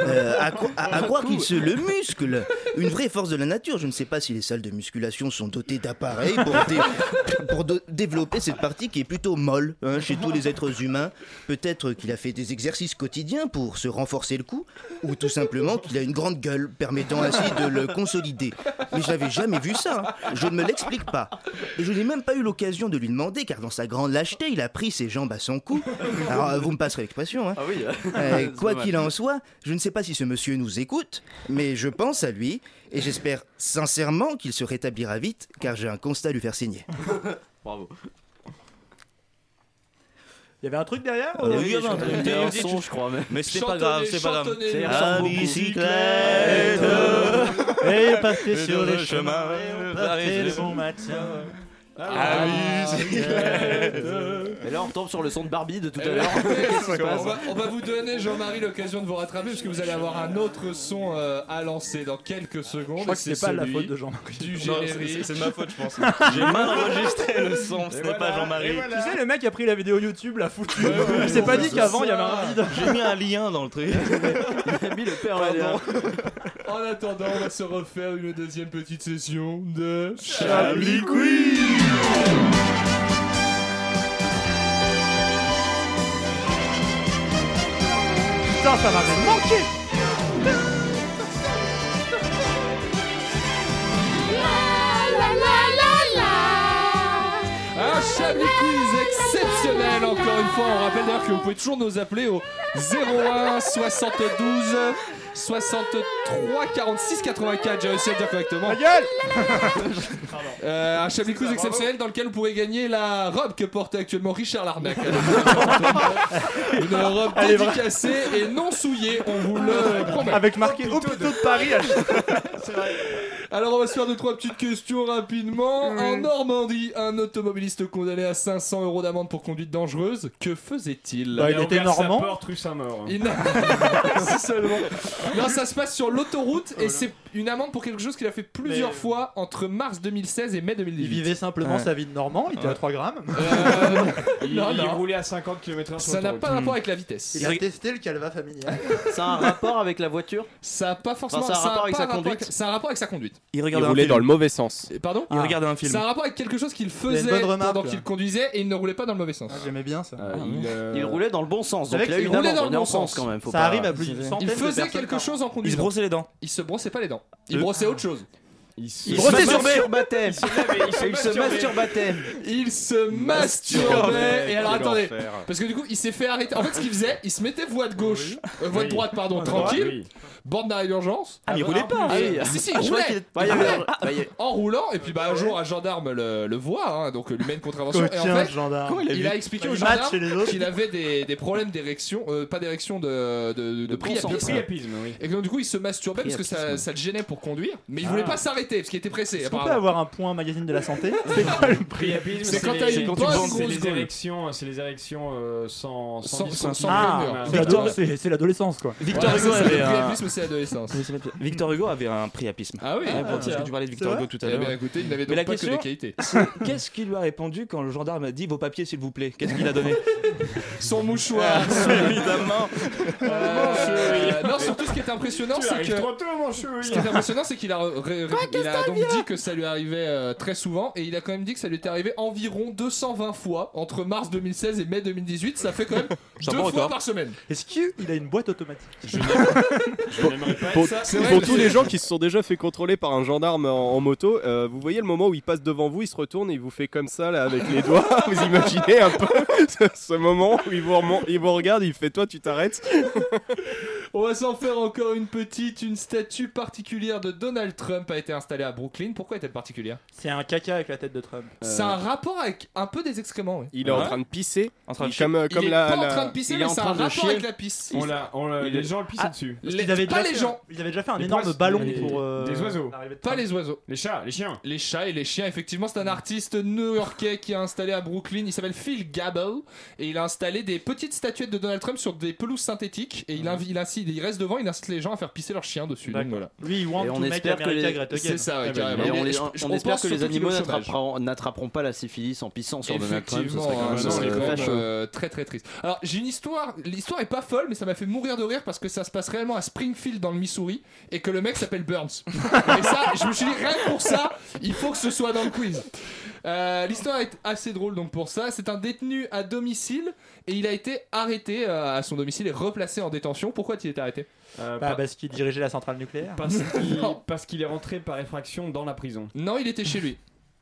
Speaker 10: Euh, à, cro- à- à croire qu'il se le muscle. Une vraie force de la nature. Je ne sais pas si les salles de musculation sont dotées d'appareils pour, dé- pour do- développer cette partie qui est plutôt molle hein, chez tous les êtres humains. Peut-être qu'il a fait des exercices quotidiens pour se renforcer le cou, ou tout simplement qu'il a une grande gueule permettant ainsi de le consolider. Mais je n'avais jamais vu ça. hein. Je ne me l'explique pas. Et je n'ai même pas eu l'occasion de lui demander, car dans sa grande lâcheté, il a pris ses jambes à son cou. Alors, euh, vous me passerez l'expression. hein. Euh,
Speaker 3: Ah <laughs> C'est
Speaker 10: quoi
Speaker 3: pas
Speaker 10: qu'il
Speaker 3: mal.
Speaker 10: en soit, je ne sais pas si ce monsieur nous écoute, mais je pense à lui et j'espère sincèrement qu'il se rétablira vite, car j'ai un constat à lui faire signer.
Speaker 11: Bravo. Il y avait un truc derrière
Speaker 10: Euh, oui, il y avait un
Speaker 11: Une
Speaker 10: truc.
Speaker 11: petite
Speaker 10: Il y avait un
Speaker 11: musique.
Speaker 10: son, je crois, mais-
Speaker 3: Mais c'est pas grave, c'est pas grave.
Speaker 11: chantonnez,
Speaker 3: C'est-
Speaker 11: il
Speaker 3: Ah,
Speaker 11: ressemble beaucoup.
Speaker 3: bicyclette
Speaker 11: Et
Speaker 3: partez
Speaker 11: partez
Speaker 3: sur
Speaker 11: sur
Speaker 3: le
Speaker 11: les
Speaker 3: chemin,
Speaker 11: chemins,
Speaker 3: partez
Speaker 11: partez
Speaker 3: le
Speaker 11: le
Speaker 3: bon
Speaker 11: bon
Speaker 3: matin.
Speaker 11: Ah, bicyclette.
Speaker 1: Et
Speaker 3: là, on retombe sur le son de Barbie de tout
Speaker 1: Eh
Speaker 3: à l'heure.
Speaker 1: ben,
Speaker 3: Qu'est-ce qui se
Speaker 1: on,
Speaker 3: passe
Speaker 1: va, on va vous donner, Jean-Marie, l'occasion de vous rattraper parce que vous allez avoir un autre son euh, à lancer dans quelques secondes.
Speaker 11: Je crois que
Speaker 1: Et
Speaker 11: c'est pas la
Speaker 1: celui
Speaker 11: faute de Jean-Marie.
Speaker 1: Du
Speaker 11: Non, c'est-
Speaker 1: générique.
Speaker 11: c'est- c'est ma faute, je
Speaker 1: <laughs>
Speaker 11: pense.
Speaker 3: <laughs> J'ai mal enregistré le son, ce n'est pas Jean-Marie.
Speaker 11: Tu sais, le mec a pris la vidéo YouTube, l'a foutu.
Speaker 3: ouais,
Speaker 11: Il s'est pas
Speaker 3: ouais,
Speaker 11: dit
Speaker 3: c'est
Speaker 11: qu'avant
Speaker 3: ça.
Speaker 11: il y avait un vide.
Speaker 3: J'ai mis un lien dans le
Speaker 11: <laughs>
Speaker 3: truc. Il a mis le père là-dedans.
Speaker 1: En attendant, on va se refaire une deuxième petite session de
Speaker 15: Chablis
Speaker 11: Putain, ça m'avait manqué.
Speaker 15: la la la la
Speaker 1: Un Chablis Quiz exceptionnel encore une fois. On rappelle d'ailleurs que vous pouvez toujours nous appeler au 01 72 63 46 84. J'ai réussi à le dire correctement. <laughs> Euh, un Chablis Quiz exceptionnel dans lequel vous pourrez gagner la robe que porte actuellement Richard
Speaker 11: <laughs>
Speaker 1: Larnac. Une robe
Speaker 11: Elle est Euh,
Speaker 1: dédicacée et non souillée, on vous le promet.
Speaker 11: Avec marqué Hôpitaux de Paris.
Speaker 1: Alors on va se faire deux trois petites questions rapidement. En Normandie, un automobiliste condamné à 500 euros d'amende pour conduite dangereuse, que faisait-il
Speaker 2: Bah, il Il a était ouvert sa normand. porte rue Saint-Maur.
Speaker 1: Il n'a- <laughs> Si seulement. Non, ça se passe sur l'autoroute et c'est une amende pour quelque chose qu'il a fait plusieurs
Speaker 3: euh,
Speaker 1: fois entre mars 2016 et mai 2018.
Speaker 11: Il vivait simplement sa vie de normand, il était à
Speaker 1: Ouais.
Speaker 11: 3 grammes.
Speaker 3: <laughs>
Speaker 1: Il- Euh, non, il non. roulait
Speaker 11: à 50
Speaker 1: sur
Speaker 11: km/h.
Speaker 1: Ça n'a l'autoroute. pas rapport avec la vitesse.
Speaker 11: Hmm. Il a testé le calva familial.
Speaker 3: Ça a un rapport avec la voiture
Speaker 1: Ça a pas forcément.
Speaker 3: ça a un
Speaker 1: ça a
Speaker 3: rapport avec
Speaker 1: pas
Speaker 3: sa
Speaker 1: un rapport
Speaker 3: conduite
Speaker 1: avec- Ça a un rapport avec sa conduite.
Speaker 10: Il
Speaker 12: Il roulait dans le mauvais sens.
Speaker 1: Pardon
Speaker 12: Il regardait un film.
Speaker 1: C'est un rapport avec quelque chose qu'il
Speaker 11: Il y a une
Speaker 1: faisait
Speaker 11: bonne remarque,
Speaker 1: pendant
Speaker 11: là.
Speaker 1: qu'il conduisait et il ne roulait pas dans le mauvais sens.
Speaker 11: J'aimais bien ça.
Speaker 1: il,
Speaker 3: Euh, Il roulait dans le bon sens. Donc
Speaker 1: Avec-
Speaker 3: il a eu
Speaker 1: il
Speaker 3: une
Speaker 1: roulait
Speaker 3: amende,
Speaker 1: dans le
Speaker 3: on est en
Speaker 1: bon
Speaker 3: France
Speaker 1: sens.
Speaker 3: quand même. faut
Speaker 1: Ça
Speaker 3: pas-
Speaker 1: arrive à plus d'une
Speaker 3: Il
Speaker 1: centaine de faisait personnes quelque par chose an. en conduisant.
Speaker 10: Il se brossait les dents.
Speaker 1: Il se brossait pas les dents. Il brossait autre chose. Il se
Speaker 3: brossait sur
Speaker 1: baptême.
Speaker 3: Il se masturbait.
Speaker 1: Il se masturbait.
Speaker 3: Masturbait.
Speaker 1: Et alors
Speaker 3: Quel
Speaker 1: attendez,
Speaker 3: enfer.
Speaker 1: parce que du coup il s'est fait arrêter. En fait ce qu'il faisait, il se mettait voie de gauche, euh, voie de
Speaker 3: Oui.
Speaker 1: droite pardon,
Speaker 3: Ah,
Speaker 1: tranquille,
Speaker 3: oui.
Speaker 1: borne d'arrêt d'urgence.
Speaker 3: Ah, mais il roulait pas,
Speaker 1: Ah,
Speaker 3: oui.
Speaker 1: Si si,
Speaker 3: Ah,
Speaker 1: il roulait.
Speaker 3: je croyais qu'il-
Speaker 1: Il
Speaker 3: Bah, il y avait-
Speaker 1: roulait.
Speaker 3: Ah, bah, il-
Speaker 1: En roulant et puis bah un jour un gendarme le, le voit, hein, donc lui met une contravention. et en
Speaker 11: Coquin,
Speaker 1: fait,
Speaker 11: ce Oh, gendarme.
Speaker 1: il,
Speaker 11: Il a
Speaker 1: a
Speaker 11: vu-
Speaker 1: expliqué
Speaker 11: il
Speaker 1: au
Speaker 11: match
Speaker 1: gendarme
Speaker 11: chez les autres.
Speaker 1: qu'il avait des, des problèmes d'érection, euh, pas d'érection de de, de, priapisme.
Speaker 4: sens. Priapisme, oui.
Speaker 1: Et donc du coup il se masturbait parce que ça,
Speaker 11: Priapisme.
Speaker 1: ça le gênait pour conduire, mais il voulait
Speaker 11: Ah.
Speaker 1: pas s'arrêter parce qu'il était pressé.
Speaker 11: Est-ce qu'on peut
Speaker 1: apparemment.
Speaker 11: avoir un point magazine de
Speaker 1: <laughs>
Speaker 11: la santé C'est pas le
Speaker 4: Priapisme,
Speaker 1: C'est quand
Speaker 4: les-
Speaker 1: t'as une
Speaker 4: c'est tu
Speaker 1: bonne
Speaker 4: bandes,
Speaker 1: grosse
Speaker 4: c'est les
Speaker 1: gueule.
Speaker 4: érections, c'est les érections euh,
Speaker 1: Sans-
Speaker 4: sans sans,
Speaker 1: sans- sans
Speaker 11: Ah, c'est l'ado- c'est c'est l'adolescence quoi.
Speaker 10: Victor
Speaker 1: Ouais,
Speaker 10: Hugo
Speaker 1: ça, c'est
Speaker 10: avait
Speaker 1: le
Speaker 10: un
Speaker 1: priapisme, c'est
Speaker 10: <laughs>
Speaker 1: l'adolescence.
Speaker 10: Oui, c'est pas- Victor Hugo avait un priapisme.
Speaker 1: Ah oui,
Speaker 10: Ouais,
Speaker 1: ah,
Speaker 10: bon, hein, parce
Speaker 1: tiens.
Speaker 10: que tu parlais de Victor
Speaker 1: C'est vrai
Speaker 10: Hugo tout à
Speaker 1: Eh
Speaker 10: l'heure.
Speaker 1: ben, écoutez, il n'avait
Speaker 10: Mais
Speaker 1: donc
Speaker 10: la
Speaker 1: pas que des
Speaker 10: question,
Speaker 1: qualités. <laughs>
Speaker 10: c'est Qu'est-ce qu'il lui a répondu quand le gendarme a dit vos papiers s'il vous plaît Qu'est-ce qu'il a donné Ah.
Speaker 1: Son mouchoir. <laughs>
Speaker 10: Évidemment. Ah,
Speaker 1: Euh, non, surtout ce qui est impressionnant,
Speaker 4: Tu
Speaker 1: c'est
Speaker 4: arrives
Speaker 1: que
Speaker 4: trop tôt, mon cheveu.
Speaker 1: ce qui est impressionnant, c'est qu'il a, ré- ré-
Speaker 4: Quoi,
Speaker 1: il a
Speaker 4: Christophe,
Speaker 1: donc
Speaker 4: viens
Speaker 1: dit que ça lui arrivait euh, très souvent et il a quand même dit que ça lui était arrivé environ 220 fois entre mars 2016 et mai 2018. Ça fait quand
Speaker 10: <laughs>
Speaker 1: même
Speaker 11: C'est un
Speaker 1: deux
Speaker 11: bon
Speaker 1: fois
Speaker 11: record.
Speaker 1: par semaine.
Speaker 11: Est-ce qu'il a une boîte automatique <laughs>
Speaker 12: Pour,
Speaker 1: pas
Speaker 12: pour-
Speaker 1: être ça. C'est
Speaker 12: pour
Speaker 1: vrai,
Speaker 12: tous
Speaker 1: mais-
Speaker 12: les gens qui se sont déjà fait contrôler par un gendarme en, en moto, euh, vous voyez le moment où il passe devant vous, il se retourne et il vous fait comme ça là, avec les doigts. <laughs> vous imaginez un peu <laughs> ce, ce moment où il vous, remon- il vous regarde, il fait toi tu t'arrêtes.
Speaker 1: On va s'en faire encore une petite. Une statue particulière de Donald Trump a été installée à Brooklyn. Pourquoi est-elle particulière Euh,
Speaker 11: C'est un caca avec la tête de Trump.
Speaker 1: C'est un rapport avec un peu des excréments. oui.
Speaker 12: Il est en train de pisser.
Speaker 10: En train de
Speaker 12: Il- comme, euh,
Speaker 1: Il
Speaker 12: comme
Speaker 1: est
Speaker 12: la,
Speaker 1: pas en
Speaker 12: la-
Speaker 1: train de pisser,
Speaker 12: il est
Speaker 1: mais
Speaker 12: en
Speaker 1: ça a un
Speaker 12: train de
Speaker 1: rapport
Speaker 12: chier.
Speaker 1: avec la pisse.
Speaker 4: On l'a- on l'a- les gens le pissent dessus.
Speaker 11: Ah, Parce
Speaker 1: Les-
Speaker 11: qu'ils avaient
Speaker 1: pas
Speaker 11: déjà
Speaker 1: les
Speaker 11: fait
Speaker 1: gens.
Speaker 11: un- Ils avaient déjà fait un
Speaker 4: Les
Speaker 11: énorme
Speaker 4: poisses-
Speaker 11: ballon
Speaker 4: les-
Speaker 11: pour. euh,
Speaker 4: des oiseaux.
Speaker 11: l'arrivée de
Speaker 1: Pas
Speaker 11: Trump.
Speaker 1: les oiseaux.
Speaker 4: Les chats, les chiens.
Speaker 1: Les chats et les chiens, effectivement, c'est un artiste new-yorkais qui est installé à Brooklyn. Il s'appelle Phil Gabel et il a installé des petites statuettes de Donald Trump sur des pelouses synthétiques et
Speaker 11: Mhm.
Speaker 1: il, invite, il, incite- il reste devant, il incite les gens à faire pisser leurs chiens dessus. Donc voilà.
Speaker 11: Oui, want
Speaker 3: Et
Speaker 11: to
Speaker 3: on
Speaker 11: make
Speaker 3: espère que
Speaker 11: America
Speaker 3: les-
Speaker 11: great again.
Speaker 1: C'est ça, ouais,
Speaker 11: Ah,
Speaker 1: carrément.
Speaker 3: Et on,
Speaker 1: Mais
Speaker 3: les-
Speaker 1: bah je-
Speaker 3: on
Speaker 1: je- on
Speaker 3: espère
Speaker 1: pense
Speaker 3: que les
Speaker 1: surtout qu'il est
Speaker 3: animaux
Speaker 1: au chômage.
Speaker 3: n'attraperont- n'attraperont pas la syphilis en pissant sur Donald Trump. Ça serait
Speaker 1: Effectivement,
Speaker 3: quand
Speaker 1: hein,
Speaker 3: même- ça
Speaker 1: non,
Speaker 3: serait
Speaker 1: c'est
Speaker 3: quand
Speaker 1: quand
Speaker 3: même
Speaker 1: même,
Speaker 3: chaud.
Speaker 1: euh, très très triste. Alors j'ai une histoire, l'histoire est pas folle, mais ça m'a fait mourir de rire parce que ça se passe réellement à Springfield dans le Missouri et que le mec s'appelle Burns. <laughs> et ça, je me suis dit rien que pour ça, il faut que ce soit dans le quiz. Euh, L'histoire est assez drôle donc pour ça. C'est un détenu à domicile et il a été arrêté euh, à son domicile et replacé en détention. Pourquoi il été arrêté
Speaker 11: Bah, parce qu'il dirigeait la centrale nucléaire.
Speaker 4: Euh, Parce
Speaker 1: <laughs>
Speaker 4: qu'il-
Speaker 1: Non.
Speaker 4: parce qu'il est rentré par effraction dans la prison.
Speaker 1: Non, il était chez lui.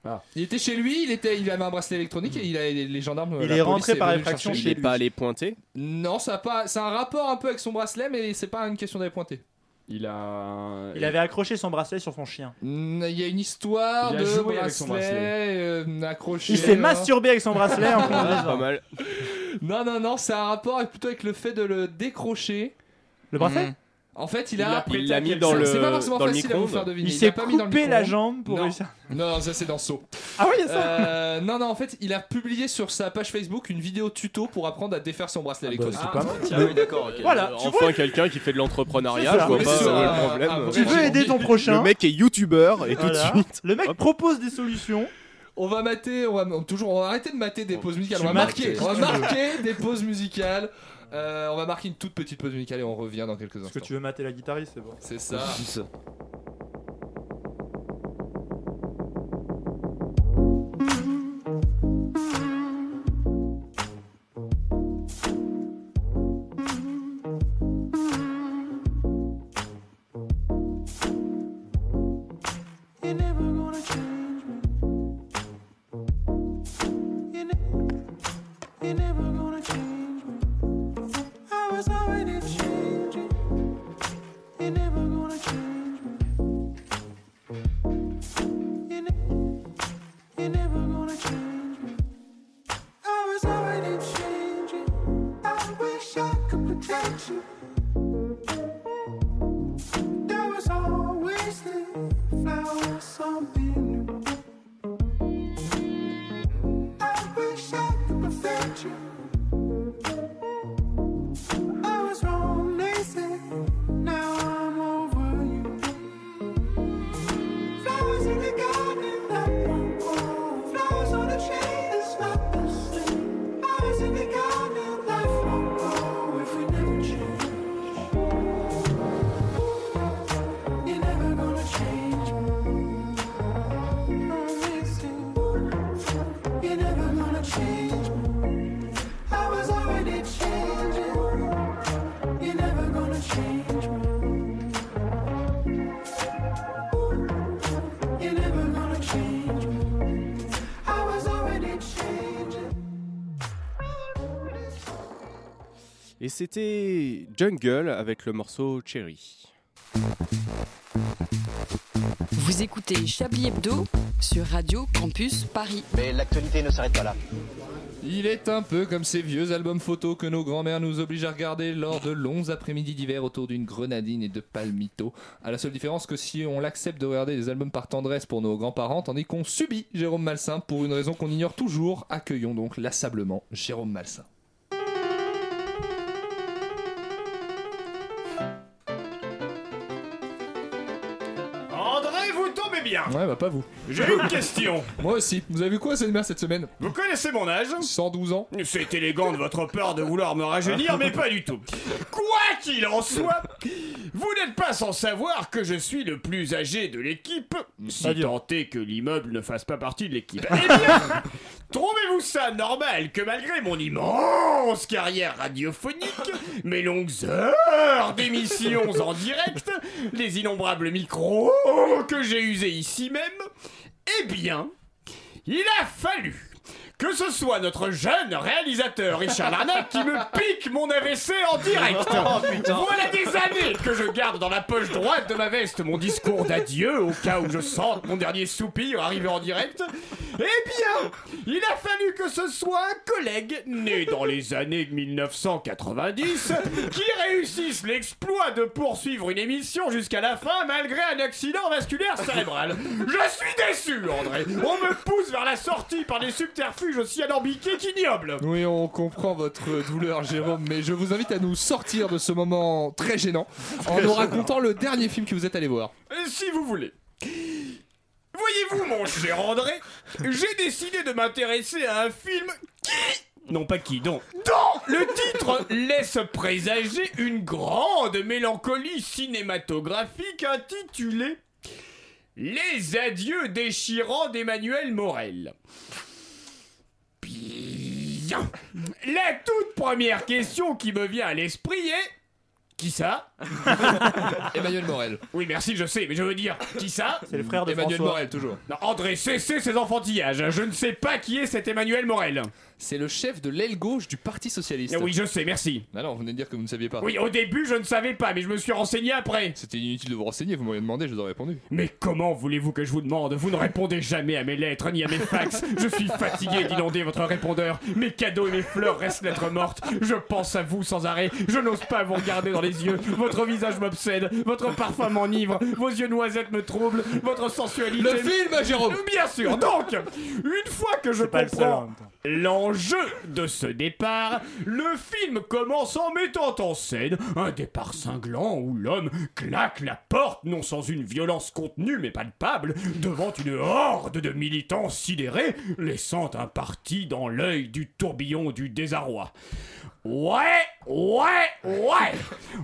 Speaker 1: Ah. Il était chez lui, il, était, il avait un bracelet électronique et il a, les gendarmes.
Speaker 11: Il
Speaker 1: la
Speaker 11: est
Speaker 1: police
Speaker 11: rentré par
Speaker 1: venue le
Speaker 11: effraction
Speaker 1: chercher.
Speaker 11: chez
Speaker 12: Il est pas allé pointer.
Speaker 1: Non, ça a pas. C'est un rapport un peu avec son bracelet, mais c'est pas une question d'aller pointer.
Speaker 4: Il a.
Speaker 11: Il avait accroché son bracelet sur son chien.
Speaker 1: Mm, Il y a une histoire
Speaker 4: Il a
Speaker 1: de
Speaker 4: joué
Speaker 1: bracelet,
Speaker 4: avec son
Speaker 1: euh, accroché.
Speaker 11: Il s'est
Speaker 1: là. <laughs>
Speaker 11: masturbé avec son bracelet en plein
Speaker 12: Ah, pas
Speaker 11: désordre.
Speaker 12: mal.
Speaker 1: Non, non, non, c'est un rapport avec- plutôt avec le fait de le décrocher.
Speaker 11: Le bracelet
Speaker 12: Mm.
Speaker 1: En fait, il
Speaker 12: Il l'a
Speaker 1: a.
Speaker 12: prêté Il l'a à mis quelqu'un. dans le-
Speaker 1: C'est pas forcément
Speaker 12: dans le
Speaker 1: facile à vous
Speaker 12: micro-ondes.
Speaker 1: faire deviner.
Speaker 11: Il
Speaker 1: l'a
Speaker 11: s'est
Speaker 1: pas mis dans le
Speaker 11: coupé la
Speaker 1: micro-ondes.
Speaker 11: jambe pour
Speaker 1: Non.
Speaker 11: réussir.
Speaker 1: Non, ça c'est dans Saut.
Speaker 11: Ah oui, il y a ça
Speaker 1: Euh, non, non, en fait, il a publié sur sa page Facebook une vidéo tuto pour apprendre à défaire son bracelet électronique.
Speaker 11: c'est pas mal.
Speaker 1: Ah, tiens, oui, d'accord, ok. Euh,
Speaker 11: Voilà, tu vois,
Speaker 12: Enfin quelqu'un qui fait de
Speaker 11: C'est
Speaker 12: l'entrepreneuriat,
Speaker 11: ça.
Speaker 12: je vois
Speaker 11: Mais
Speaker 12: pas
Speaker 11: c'est
Speaker 12: euh,
Speaker 11: ça.
Speaker 12: le problème.
Speaker 1: Ah,
Speaker 11: tu veux aider ton prochain.
Speaker 12: Le mec est youtubeur et
Speaker 11: Voilà.
Speaker 12: tout de suite.
Speaker 11: Le mec propose des solutions.
Speaker 1: On va mater, on va on- toujours, on va arrêter de mater des pauses musicales.
Speaker 11: tu
Speaker 1: On va
Speaker 11: marques
Speaker 1: marquer,
Speaker 11: ce
Speaker 1: on va
Speaker 11: que tu veux.
Speaker 1: marquer des pauses musicales. Euh, on va marquer une toute petite pause musicale et on revient dans quelques
Speaker 11: Parce que
Speaker 1: instants.
Speaker 11: tu veux mater la guitariste, c'est bon.
Speaker 1: C'est ça.
Speaker 15: You're never gonna change me. You're ne- You're There was always the flower, something new. I wish I could perfect you. I was wrong, lazy. Now I'm over you. Flowers in the garden that won't grow. Flowers on the tree that's not the same. Flowers in the garden that won't grow if we never change. You're never gonna change. You're never gonna change. I was already changing. You're never gonna change. You're never gonna change. I was already changing.
Speaker 12: Et c'était Jungle avec le morceau Cherry.
Speaker 8: Vous écoutez Chablis Hebdo sur Radio Campus Paris. Mais l'actualité ne s'arrête pas là.
Speaker 1: Il est un peu comme ces vieux albums photos que nos grands-mères nous obligent à regarder lors de longs après-midi d'hiver autour d'une grenadine et de palmitos. À la seule différence que si on l'accepte de regarder des albums par tendresse pour nos grands-parents, tandis qu'on subit Jérôme Malsain pour une raison qu'on ignore toujours, accueillons donc lassablement Jérôme Malsain.
Speaker 2: André, vous tombez bien
Speaker 1: Ouais, bah pas vous.
Speaker 2: J'ai une question.
Speaker 1: Moi aussi. Vous avez vu quoi, cette mère, cette semaine
Speaker 2: Vous connaissez mon âge
Speaker 1: 112 ans.
Speaker 2: C'est élégant de votre part de vouloir me rajeunir, mais pas du tout. Quoi qu'il en soit, vous n'êtes pas sans savoir que je suis le plus âgé de l'équipe, si
Speaker 12: C'est-à-dire
Speaker 2: tant est que l'immeuble ne fasse pas partie de l'équipe. Eh bien, trouvez-vous ça normal que malgré mon immense carrière radiophonique, mes longues heures d'émissions en direct, les innombrables micros que j'ai usés ici même, eh bien, il a fallu que ce soit notre jeune réalisateur Richard Larnac qui me pique mon AVC en direct.
Speaker 15: Oh, putain.
Speaker 2: voilà des années que je garde dans la poche droite de ma veste mon discours d'adieu au cas où je sente mon dernier soupir arriver en direct. Eh bien, il a fallu que ce soit un collègue né dans les années 1990 qui réussisse l'exploit de poursuivre une émission jusqu'à la fin malgré un accident vasculaire cérébral. Je suis déçu, André. On me pousse vers la sortie par des subterfuges aussi alambiqués qu'ignobles.
Speaker 1: Oui, on comprend votre douleur, Jérôme, mais je vous invite à nous sortir de ce moment très gênant en nous racontant le dernier film que vous êtes allé voir.
Speaker 2: Euh, Si vous voulez. Voyez-vous, mon cher André, j'ai décidé de m'intéresser à un film qui. Non, pas qui, donc. Dont le titre laisse présager une grande mélancolie cinématographique intitulée Les adieux déchirants d'Emmanuel Morel. Bien. La toute première question qui me vient à l'esprit est. Qui ça
Speaker 1: <laughs> Emmanuel Morel.
Speaker 2: Oui, merci, je sais, mais je veux dire, qui ça
Speaker 1: C'est le frère de Emmanuel François. Morel, toujours.
Speaker 2: Non, André, cessez ces enfantillages. hein. Je ne sais pas qui est cet Emmanuel Morel.
Speaker 1: C'est le chef de l'aile gauche du Parti Socialiste.
Speaker 2: Ah oui, je sais, merci.
Speaker 1: Ah non, vous venez de dire que vous ne saviez pas.
Speaker 2: Oui, au début, je ne savais pas, mais je me suis renseigné après.
Speaker 1: C'était inutile de vous renseigner, vous m'auriez demandé, je vous aurais répondu.
Speaker 2: Mais comment voulez-vous que je vous demande Vous ne répondez jamais à mes lettres ni à mes fax. Je suis fatigué d'inonder votre répondeur. Mes cadeaux et mes fleurs restent lettres mortes. Je pense à vous sans arrêt. Je n'ose pas vous regarder dans les yeux. Votre visage m'obsède. Votre parfum m'enivre. Vos yeux noisettes me troublent. Votre sensualité.
Speaker 1: Le film, Jérôme
Speaker 2: Bien sûr Donc, une fois que je
Speaker 1: pas le seul en
Speaker 2: comprends
Speaker 1: même
Speaker 2: l'enjeu de ce départ, le film commence en mettant en scène un départ cinglant où l'homme claque la porte, non sans une violence contenue mais palpable, devant une horde de militants sidérés, laissant un parti dans l'œil du tourbillon du désarroi. Ouais, ouais, ouais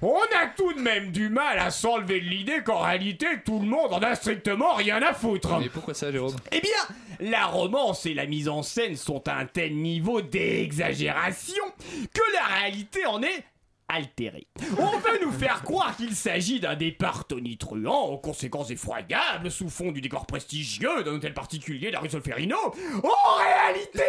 Speaker 2: On a tout de même du mal à s'enlever de l'idée qu'en réalité tout le monde en a strictement rien à foutre
Speaker 1: Mais pourquoi ça, Jérôme
Speaker 2: eh bien, la romance et la mise en scène sont à un tel niveau d'exagération que la réalité en est altérée. On veut nous faire croire qu'il s'agit d'un départ tonitruant aux conséquences effroyables sous fond du décor prestigieux d'un hôtel particulier de la rue Solferino. En réalité,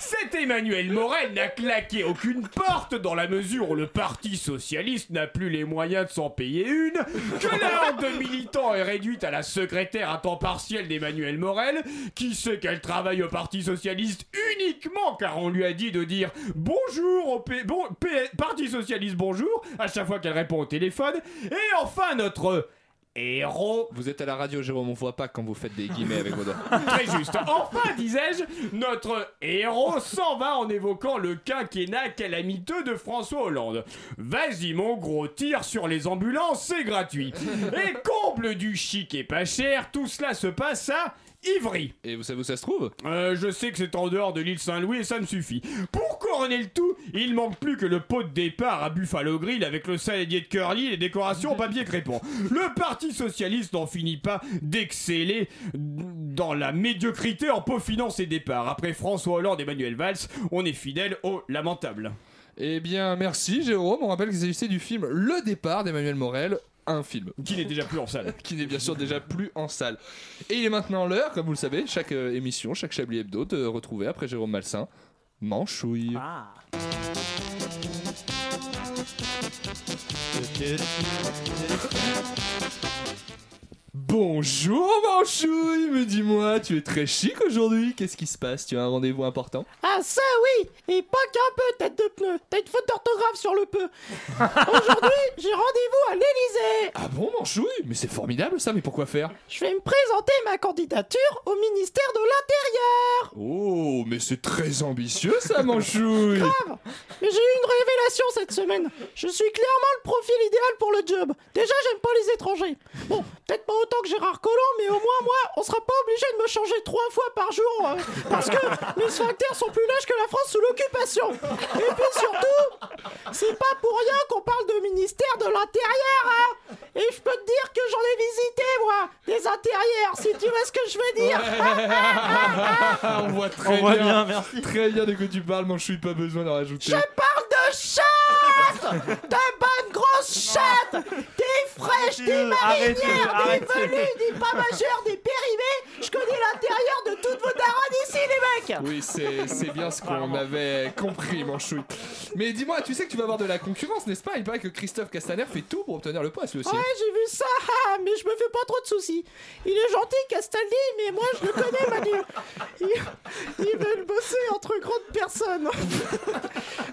Speaker 2: cet Emmanuel Morel n'a claqué aucune porte dans la mesure où le Parti Socialiste n'a plus les moyens de s'en payer une, que la horde de militants est réduite à la secrétaire à temps partiel d'Emmanuel Morel, qui sait qu'elle travaille au Parti Socialiste uniquement car on lui a dit de dire bonjour au P- bon, P- Parti Socialiste Alice Bonjour à chaque fois qu'elle répond au téléphone. Et enfin, notre héros.
Speaker 1: Vous êtes à la radio, Jérôme, on voit pas quand vous faites des guillemets avec vos doigts.
Speaker 2: <laughs> Très juste. Enfin, disais-je, notre héros s'en va en évoquant le quinquennat calamiteux de François Hollande. Vas-y, mon gros, tire sur les ambulances, c'est gratuit. Et comble du chic et pas cher, tout cela se passe à Ivry.
Speaker 1: Et vous savez où ça se trouve
Speaker 2: Euh, Je sais que c'est en dehors de l'île Saint-Louis et ça me suffit. Pour couronner le tout, il manque plus que le pot de départ à Buffalo Grill avec le saladier de Curly et les décorations en papier crépon. Le Parti Socialiste n'en finit pas d'exceller dans la médiocrité en peaufinant ses départs. Après François Hollande et Manuel Valls, on est fidèle au lamentable.
Speaker 1: Eh bien, merci Jérôme. On rappelle qu'il s'agissait du film Le départ d'Emmanuel Morel, un film.
Speaker 2: Qui n'est déjà plus en salle.
Speaker 1: <laughs> qui n'est bien sûr déjà plus en salle. Et il est maintenant l'heure, comme vous le savez, chaque euh, émission, chaque Chablis Hebdo, de retrouver après Jérôme Malsain, Manchouille. Bonjour Manchouille, mais dis-moi, tu es très chic aujourd'hui, qu'est-ce qui se passe Tu as un rendez-vous important
Speaker 16: Ah ça oui Et pas qu'un peu tête de pneu T'as une faute d'orthographe sur le peu Aujourd'hui, j'ai rendez-vous à l'Elysée
Speaker 1: Ah bon Manchouille Mais c'est formidable ça, mais pourquoi faire
Speaker 16: Je vais me présenter ma candidature au ministère de l'Intérieur
Speaker 1: Oh, mais c'est très ambitieux <laughs> ça Manchouille
Speaker 16: Grave Mais j'ai eu une révélation cette semaine Je suis clairement le profil idéal pour le job Déjà, j'aime pas les étrangers Bon, peut-être pas autant que Gérard Collomb, mais au moins, moi, on sera pas obligé de me changer trois fois par jour euh, Parce que mes sphincters sont plus lâches que la France sous l'occupation Et puis surtout, c'est pas pour rien qu'on parle de ministère de l'Intérieur, hein Et je peux te dire que j'en ai visité, moi Des intérieurs, si tu vois ce que je veux dire <laughs>
Speaker 1: On voit très
Speaker 16: On voit
Speaker 1: bien,
Speaker 16: bien,
Speaker 1: merci. Très bien de quoi tu parles, Manchouille, pas besoin d'en rajouter.
Speaker 15: Mm.
Speaker 16: Je parle de chatte De bonnes grosses chattes Des fraîches, des
Speaker 15: Euh, Arrêtez,
Speaker 16: marinières, des
Speaker 15: arrêtez.
Speaker 16: velues, des pas majeurs, des périmés Je connais l'intérieur de toutes vos darons ici, les mecs
Speaker 1: Oui, c'est c'est bien ce qu'on avait compris, Manchouille. Mais dis-moi, tu sais que tu vas avoir de la concurrence, n'est-ce pas Il paraît que Christophe Castaner fait tout pour obtenir le poste, lui aussi.
Speaker 16: Ouais, j'ai vu ça, ah, mais je me fais pas trop de soucis. Il est gentil, Castaldi, mais moi je le connais, Manu. Ils, ils veulent bosser entre grandes personnes.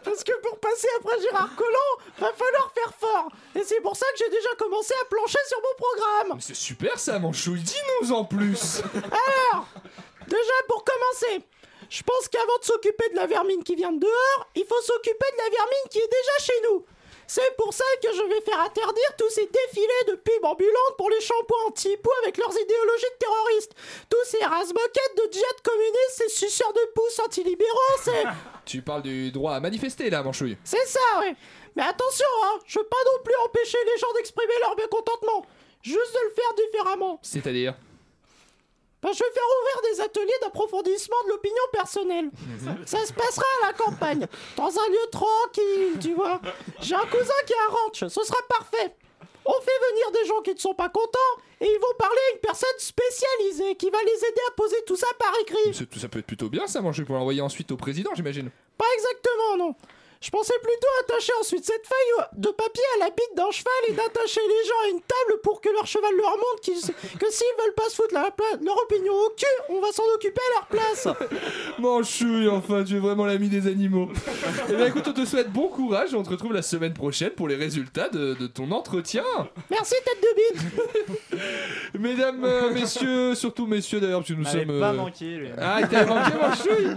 Speaker 16: Parce que pour passer après Gérard Collomb, va falloir faire fort. Et c'est pour ça que j'ai déjà commencé à plancher sur mon programme.
Speaker 1: C'est super ça, Manchouille, dis-nous en plus
Speaker 16: Alors, déjà pour commencer, je pense qu'avant de s'occuper de la vermine qui vient de dehors, il faut s'occuper de la vermine qui est déjà chez nous. C'est pour ça que je vais faire interdire tous ces défilés de pubs ambulantes pour les shampoings anti-poux avec leurs idéologies de terroristes. Tous ces rase-moquettes de djihad communistes, ces suceurs de pouces anti-libéraux, c'est...
Speaker 1: Tu parles du droit à manifester, là, Manchouille.
Speaker 16: C'est ça, ouais. Mais attention, hein, je veux pas non plus empêcher les gens d'exprimer leur mécontentement. Juste de le faire différemment.
Speaker 1: C'est-à-dire
Speaker 16: Ben, je vais faire ouvrir des ateliers d'approfondissement de l'opinion personnelle. Ça se passera à la campagne, dans un lieu tranquille, tu vois. J'ai un cousin qui a un ranch, ce sera parfait. On fait venir des gens qui ne sont pas contents et ils vont parler à une personne spécialisée qui va les aider à poser tout ça par écrit.
Speaker 1: C'est- Ça peut être plutôt bien, ça, Manchouille, pour l'envoyer ensuite au président, j'imagine.
Speaker 16: Pas exactement, non. Je pensais plutôt attacher ensuite cette feuille de papier à la bite d'un cheval et d'attacher les gens à une table pour que leur cheval leur montre qu'ils- que s'ils veulent pas se foutre la pla- leur opinion au cul, on va s'en occuper à leur place.
Speaker 1: Manchouille, enfin, tu es vraiment l'ami des animaux. Eh bien, écoute, on te souhaite bon courage et on te retrouve la semaine prochaine pour les résultats de, de ton entretien.
Speaker 16: Merci, tête de bite.
Speaker 1: Mesdames,
Speaker 11: <laughs>
Speaker 1: euh, messieurs, surtout messieurs d'ailleurs, parce que nous
Speaker 11: M'avait
Speaker 1: sommes.
Speaker 11: pas manqué, lui.
Speaker 1: Ah, il t'avait manqué, Manchouille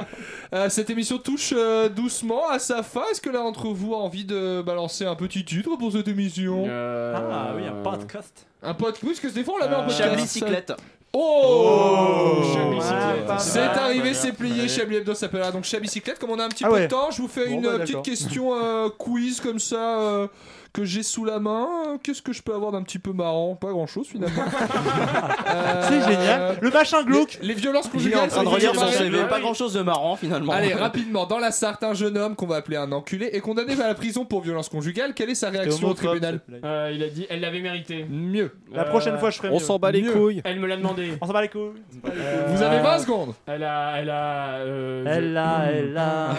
Speaker 1: Euh, Cette émission touche euh, doucement à sa fin. Est-ce que l'un d'entre vous a envie de balancer un petit titre pour cette émission
Speaker 4: Ah oui, un podcast.
Speaker 1: Un Euh, podcast, oui, parce que des fois on la met en
Speaker 4: Euh,
Speaker 1: podcast.
Speaker 4: Chablis Cyclette.
Speaker 1: Oh,
Speaker 4: Oh,
Speaker 1: Chablis
Speaker 4: pas
Speaker 1: Cyclette.
Speaker 4: mal,
Speaker 1: C'est
Speaker 4: pas
Speaker 1: arrivé,
Speaker 4: mal.
Speaker 1: c'est plié. Chablis Hebdo s'appellera donc Chablis Cyclette. Comme on a un petit
Speaker 4: Ah
Speaker 1: peu
Speaker 4: ouais.
Speaker 1: de temps, je vous fais
Speaker 4: Bon,
Speaker 1: une
Speaker 4: bah,
Speaker 1: euh, petite
Speaker 4: d'accord.
Speaker 1: question euh, quiz comme ça euh, que j'ai sous la main. Qu'est-ce que je peux avoir d'un petit peu marrant Pas grand-chose
Speaker 4: <laughs>
Speaker 1: finalement.
Speaker 3: C'est génial. Le machin
Speaker 1: glauque. Les, les violences
Speaker 3: Il est en
Speaker 1: conjugales.
Speaker 3: train de
Speaker 1: ça
Speaker 3: relire
Speaker 1: vous
Speaker 3: son
Speaker 1: fait
Speaker 3: CV.
Speaker 1: marrer
Speaker 3: Pas grand chose de marrant finalement. <laughs>
Speaker 1: Allez, rapidement, dans la Sarthe, un jeune homme qu'on va appeler un enculé est condamné à la prison pour violence conjugale. Quelle est sa réaction au
Speaker 4: homophobe,
Speaker 1: tribunal
Speaker 2: Euh, il a dit, elle l'avait mérité. Euh,
Speaker 1: Mieux.
Speaker 4: La prochaine fois, je ferai
Speaker 1: On
Speaker 4: mieux.
Speaker 1: s'en bat les
Speaker 4: Mieux.
Speaker 1: couilles.
Speaker 2: Elle me l'a demandé. Euh,
Speaker 4: On s'en bat les couilles.
Speaker 1: Vous avez 20 secondes.
Speaker 2: Elle a, elle a. euh,
Speaker 4: Elle a, elle a.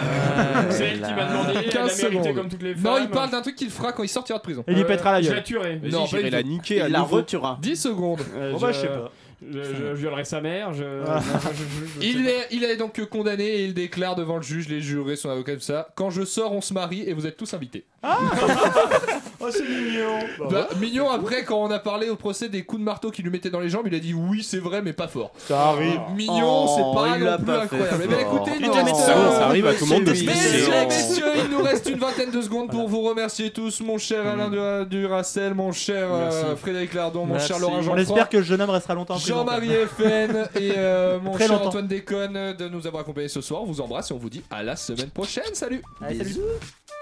Speaker 2: <laughs> C'est elle qui m'a demandé. Elle a
Speaker 1: 15
Speaker 2: mérité
Speaker 1: Euh, secondes.
Speaker 2: comme toutes les
Speaker 1: Non,
Speaker 2: femmes.
Speaker 1: il parle d'un truc qu'il fera quand il sortira de prison.
Speaker 2: Il lui Euh, pètera la je gueule. la tuerai.
Speaker 1: Non,
Speaker 2: Vas-y,
Speaker 1: pas
Speaker 2: j'irai
Speaker 1: du
Speaker 2: la
Speaker 1: tout.
Speaker 2: niquer à nouveau.
Speaker 1: retuera. 10 secondes.
Speaker 2: Euh, je-
Speaker 4: Je, je violerai sa mère. Je,
Speaker 12: Ah.
Speaker 4: je- je- je-
Speaker 1: Il est, il est donc condamné et il déclare devant le juge, les jurés, son avocat, tout ça. Quand je sors, on se marie et vous êtes tous invités.
Speaker 4: Oh, Ah, c'est mignon.
Speaker 1: Bah, mignon, après, quand on a parlé au procès des coups de marteau qu'il lui mettait dans les jambes, il a dit oui, c'est vrai, mais pas fort.
Speaker 11: Ça arrive.
Speaker 1: Mignon, c'est
Speaker 11: Oh,
Speaker 1: pas
Speaker 11: il
Speaker 1: non
Speaker 11: l'a
Speaker 1: plus
Speaker 11: pas
Speaker 1: incroyable.
Speaker 11: fait Oh.
Speaker 1: Eh bien,
Speaker 11: fort.
Speaker 1: écoutez,
Speaker 11: Putain,
Speaker 1: nous
Speaker 11: mais ça
Speaker 1: restons-
Speaker 11: arrive à tout le monde de se
Speaker 1: Messieurs,
Speaker 11: blesser.
Speaker 1: messieurs, il nous reste une vingtaine de secondes pour vous remercier tous, mon cher Alain Dura- Duracel, mon cher euh,
Speaker 11: Merci.
Speaker 1: Frédéric Lardon, mon cher Laurent
Speaker 11: On
Speaker 1: Jean-François.
Speaker 11: espère que le jeune homme restera longtemps. en prison.
Speaker 1: Jean-Marie FN et
Speaker 11: <laughs>
Speaker 1: euh, mon
Speaker 11: Très
Speaker 1: cher
Speaker 11: longtemps.
Speaker 1: Antoine Déconne de nous avoir accompagnés ce soir. On vous embrasse et on vous dit à la semaine prochaine. Salut.
Speaker 11: Allez, salut.
Speaker 1: Bisous.